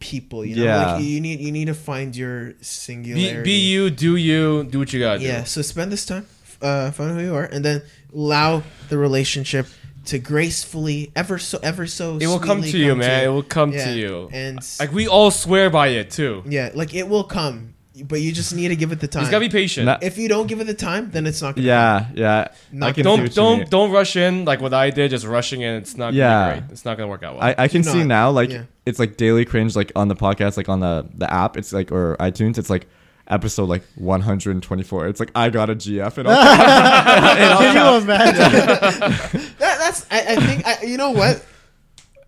people. You know,
Yeah.
like you need you need to find your singularity.
Be, be you, do you, do what you gotta do.
Yeah. So spend this time, uh, find out who you are, and then allow the relationship to gracefully, ever so, ever so.
It will come to
sweetly
you, man. It will come
Yeah,
to you.
And
Like we all swear by it too.
yeah, like it will come, but you just need to give it the time.
He's gotta be patient.
Not-
if you don't give it the time, then it's not gonna.
Yeah, yeah.
Not-
can see what
don't
you
don't
mean.
don't rush in like what I did, just rushing in. It's not
Yeah.
gonna be great. It's not gonna work out well.
I, I can
Do
see
not-
now like
yeah.
it's like daily cringe like on the podcast like on the the app it's like or iTunes it's like episode like 124 it's like I got a GF and all (laughs)
(laughs)
Can
uh,
you imagine?
Come. That, that's. I, I think. I, you know what?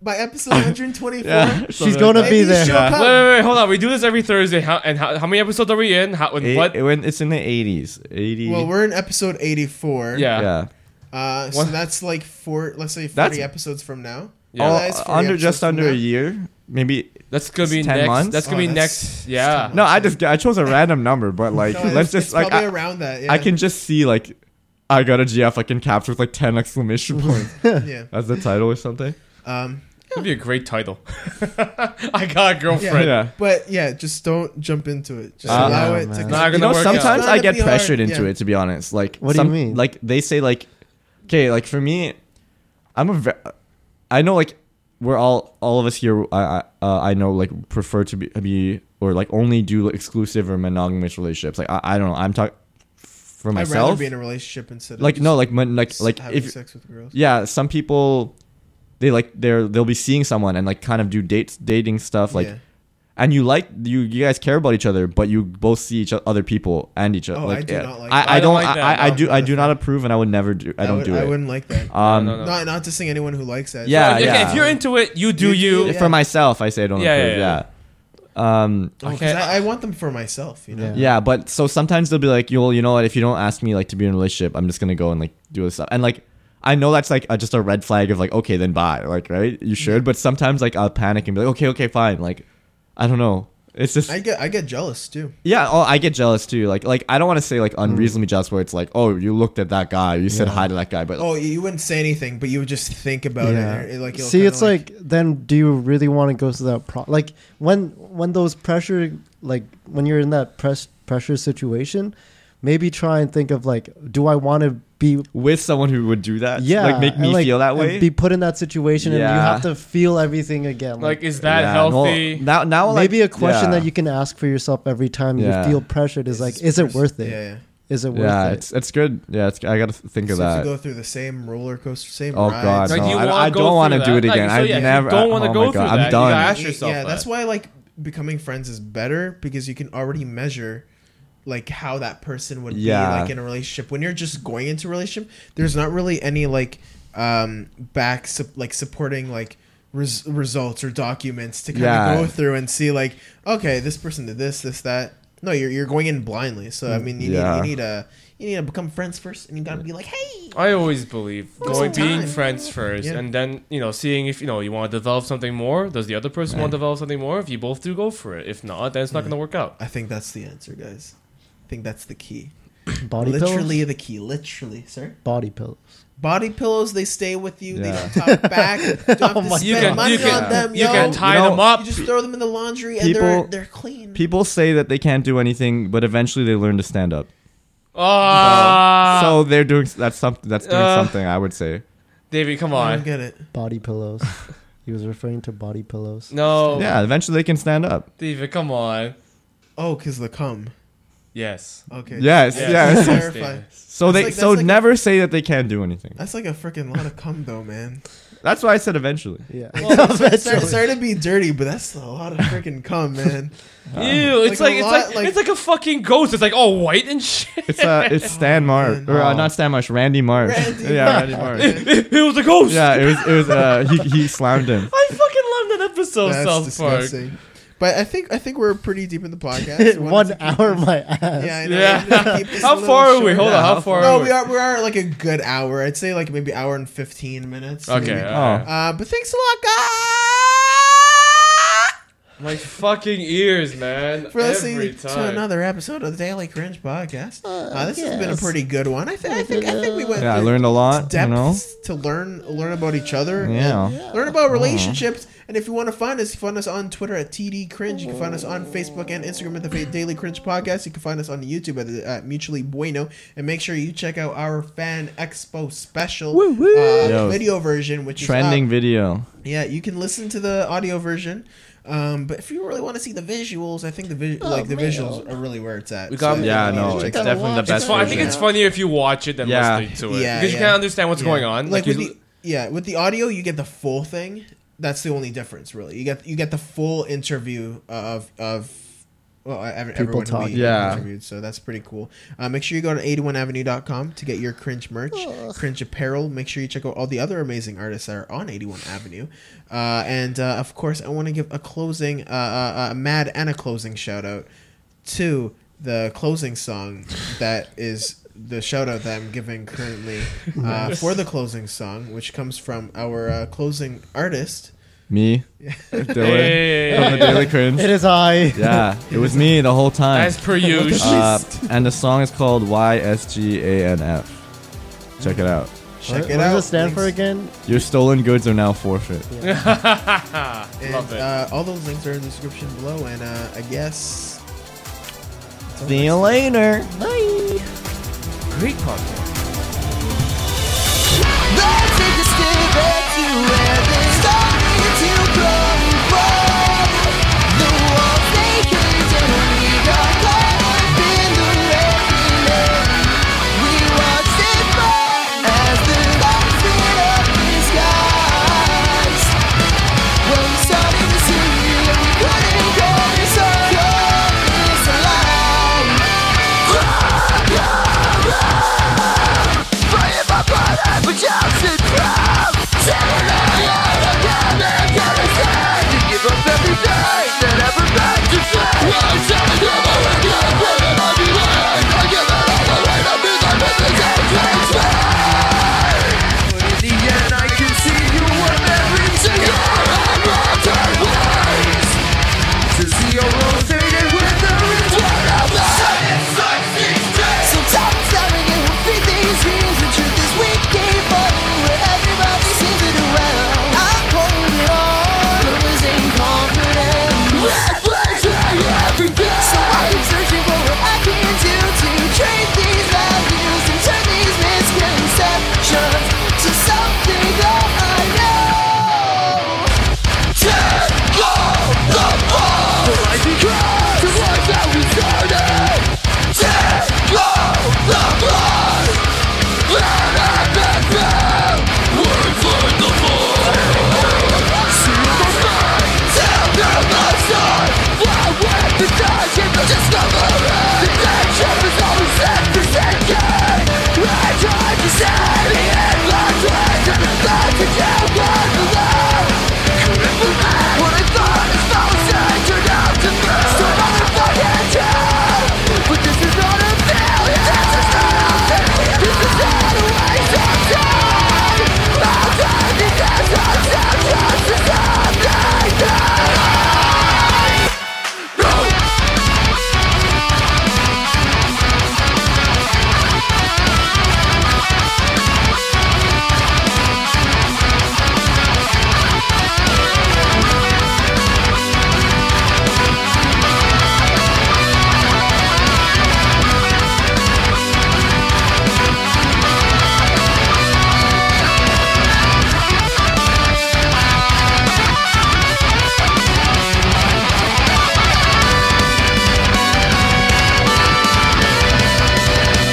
By
(laughs)
episode 124,
yeah
She's gonna
maybe she'll
be there.
wait,
come.
wait, wait, hold on. We do this every Thursday. How and how, how many episodes are we in? How and
Eight,
what?
when it's in the 80s 80
Well, we're in episode 84.
Yeah.
yeah
Uh, so
What?
that's like four. Let's say 40
That's-
episodes from now.
Yeah.
All-
That is 40
under
episodes
just
from
under a
now.
year maybe
That's gonna be
10
next.
months?
That's gonna
Oh,
be
that's-
next. Yeah.
no I just I chose a random number
(laughs)
but like
Oh, No,
let's
it's-
just
it's
like
probably
I,
around that. Yeah.
I can just see like I got a GF like in caps with like 10
(laughs)
exclamation points
Yeah.
as the title or something
Um.
That'd be a great title. (laughs) I got a
Yeah.
girlfriend.
yeah
But yeah, just don't jump into it. Just
Uh,
allow it
yeah,
to.
man.
go.
Not
you
gonna
know,
work out.
sometimes
It's not
I
gonna
get
be
pressured
hard,
into
yeah.
it. To be honest, like
What do you
some,
mean?
Like they say, like okay, like for me, I'm a. Ve- I know, like we're all all of us here. I I, uh, I know, like prefer to be, be or like only do exclusive or monogamous relationships. Like I, I don't know. I'm talking for
I'd rather
myself.
be in a relationship instead of
Like
just
no, like mon- like
s-
like
having
if
sex with girls.
yeah, some people they like they're they'll be seeing someone and like kind of do dates dating stuff like
Yeah.
and you like you you guys care about each other but you both see each o- other people and each other
Oh, I
like,
do
yeah.
not like that.
I, I
I don't
don't
like that,
I, I
no.
do I do not approve and I would never do I
I
don't
would,
do
I
it
wouldn't like
(laughs)
that.
um
No, no, no.
Not not dissing anyone who likes that.
Yeah,
Like, okay,
yeah.
If you're into it, you do
You
you.
do
for myself I say I don't
Yeah,
approve
yeah,
yeah, um
Oh, 'cause
Okay.
I, I want them for myself. You know.
Yeah.
yeah but so sometimes they'll be like you'll you know what if you don't ask me like to be in a relationship I'm just gonna go and like do this stuff and like I know that's like a, just a red flag of like okay then bye like right you should but sometimes like I'll panic and be like okay okay fine like I don't know it's just
I get I get jealous too.
Yeah, oh, I get jealous too. Like, like I don't want to say
Mm.
like unreasonably jealous, where it's like, oh, you looked at that guy, you said hi to that guy, but
Oh, you wouldn't say anything, but you would just think about
Yeah.
it. it. Like it'll
See,
kinda
it's like, then do you really want to go through that pro? Like when when those pressure like when you're in that press pressure situation, maybe try and think of like, do I want to be
with someone who would do that,
yeah,
like make
and,
me
like,
feel that
and
way.
Be put in that situation, and you
Yeah.
have to feel everything again.
Like, is that
Yeah, no,
healthy?
now, now, like,
maybe a question
yeah.
that you can ask for yourself every time
Yeah.
you feel pressured is like,
this
is it
person-
worth it? Is
Yeah, yeah.
it worth
yeah,
it?
it's it's good. Yeah, it's, I gotta think
So
of
to
that.
go through the same roller coaster, same
Oh
rides.
god,
Like,
no,
you
I,
wanna
I
go
don't want to
through
do it
that. Like,
again.
so,
I
yeah, if you
never.
don't wanna
oh
go
my
through
god,
that,
I'm
you
done.
gotta ask
Y-
yourself
Yeah,
that.
that's why I like becoming friends is better because you can already measure like how that person would
Yeah.
be like in a relationship. When you're just going into a relationship, there's not really any like um back su- like supporting like res- results or documents to kind of
Yeah.
go through and see like okay, this person did this, this that. No, you're you're going in blindly. So I mean, you
Yeah.
need you need a you need to become friends first, and you gotta be like, hey,
I always believe going
some
being
time.
friends first,
Yeah.
and then you know seeing if you know you want to develop something more. Does the other person want to develop something more? If you both do, go for it. If not, then it's not gonna work out.
I think that's the answer, guys. I think that's the key.
Body
literally
pillows.
the key. Literally, sir.
Body pillows.
Body pillows, they stay with you. They
Yeah.
don't
(laughs)
talk back. You don't have to
Oh my
spend
You can
money
you
on
can
them.
you
yo.
can tie
You know,
them up.
You just throw them in the laundry and
People-
they're they're clean.
People say that they can't do anything, but eventually they learn to stand up.
Ah,
so they're doing that's something. That's doing
uh,
something. I would say.
Davey, come
I don't
on.
get it.
Body pillows. (laughs) he was referring to
(laughs)
body pillows.
No,
Yeah, eventually they can stand up.
Davey, come on.
Oh, cause the cum.
Yes.
Okay.
Yes,
Just
yes.
to
(laughs)
clarify.
David.
So
It's
they
like-
so
that's like a-
never say that they can't do anything.
That's like a freaking lot of cum, though, man. (laughs)
That's why I said eventually.
Yeah. (laughs)
Sorry, sorry to be dirty, but that's a lot of freaking cum, man.
Um,
Ew, it's
Like
like,
a
it's
lot,
like,
like-
it's like a fucking ghost. It's like all white and shit. (laughs)
It's uh, it's Stan Marsh or uh, not Stan Marsh, Randy Marsh.
Randy
yeah, Randy Marsh.
it was a ghost.
yeah, it was it was uh, he he slammed him.
I fucking love (laughs) that episode of
That's
South Park.
disgusting. But I think I think we're pretty deep in the
(laughs)
podcast. We
One
wanted to-
(laughs) hour, my ass.
Yeah. I know.
Yeah.
We wanted to keep this a
(laughs) how
little
far are we?
short.
Hold
Yeah,
on.
how
How far
No,
are we?
we are we are at, like a good hour. I'd say like maybe hour and fifteen minutes.
Okay.
Oh.
maybe. Uh, but thanks a lot, guys.
My fucking ears, man.
for
Every
listening to
time.
another episode of the Daily Cringe Podcast. Uh, this has been a
yes.
pretty good one. I, th- I think I think we went.
Yeah, I
through
learned a lot.
depths
You know.
to learn learn about each other.
Yeah.
and learn about relationships. And if you want to find us, you can find us on Twitter at TD Cringe. You can find us on Facebook and Instagram at the Fa- Daily Cringe Podcast. You can find us on YouTube at, the- at Mutually Bueno. And make sure you check out our Fan Expo special Uh,
Yo.
video version, which
Trending
is up.
video.
Yeah, you can listen to the audio version. Um, but if you really want to see the visuals, I think the vi- like the
man.
visuals are really where it's at.
We got-
I think
Yeah,
you need
no,
to check
it's
it out.
definitely the
watch.
best.
It's fun. I think
version.
it's funnier if you watch it than
Yeah.
listening to it
Yeah,
because you
yeah.
can't understand what's
Yeah.
going on.
Like,
you-
with the, yeah, with the audio, you get the full thing. That's the only difference, really. You get you get the full interview of of well, I- every-
People
everyone who
talking.
we
Yeah.
interviewed. So that's pretty cool. Uh, make sure you go to 81avenue.com to get your cringe merch, cringe apparel. Make sure you check out all the other amazing artists that are on 81 Avenue. Uh, and uh, of course, I want to give a closing, uh, uh, a mad and a closing shout out to the closing song that is the shout out that I'm giving currently uh, for the closing song, which comes from our uh, closing artist.
Me. Dylan.
Hey.
From the (laughs) Daily Cringe.
It is I.
Yeah, it was me the whole time.
As per usual.
Uh, and the song is called YSGANF. Check it out.
Check
what
it
what
out.
does it stand for
Links-
again?
Your stolen goods are now forfeit.
And,
Ah, Love it.
Uh, all those links are in the description below, and uh, I guess.
See you later.
Great podcast.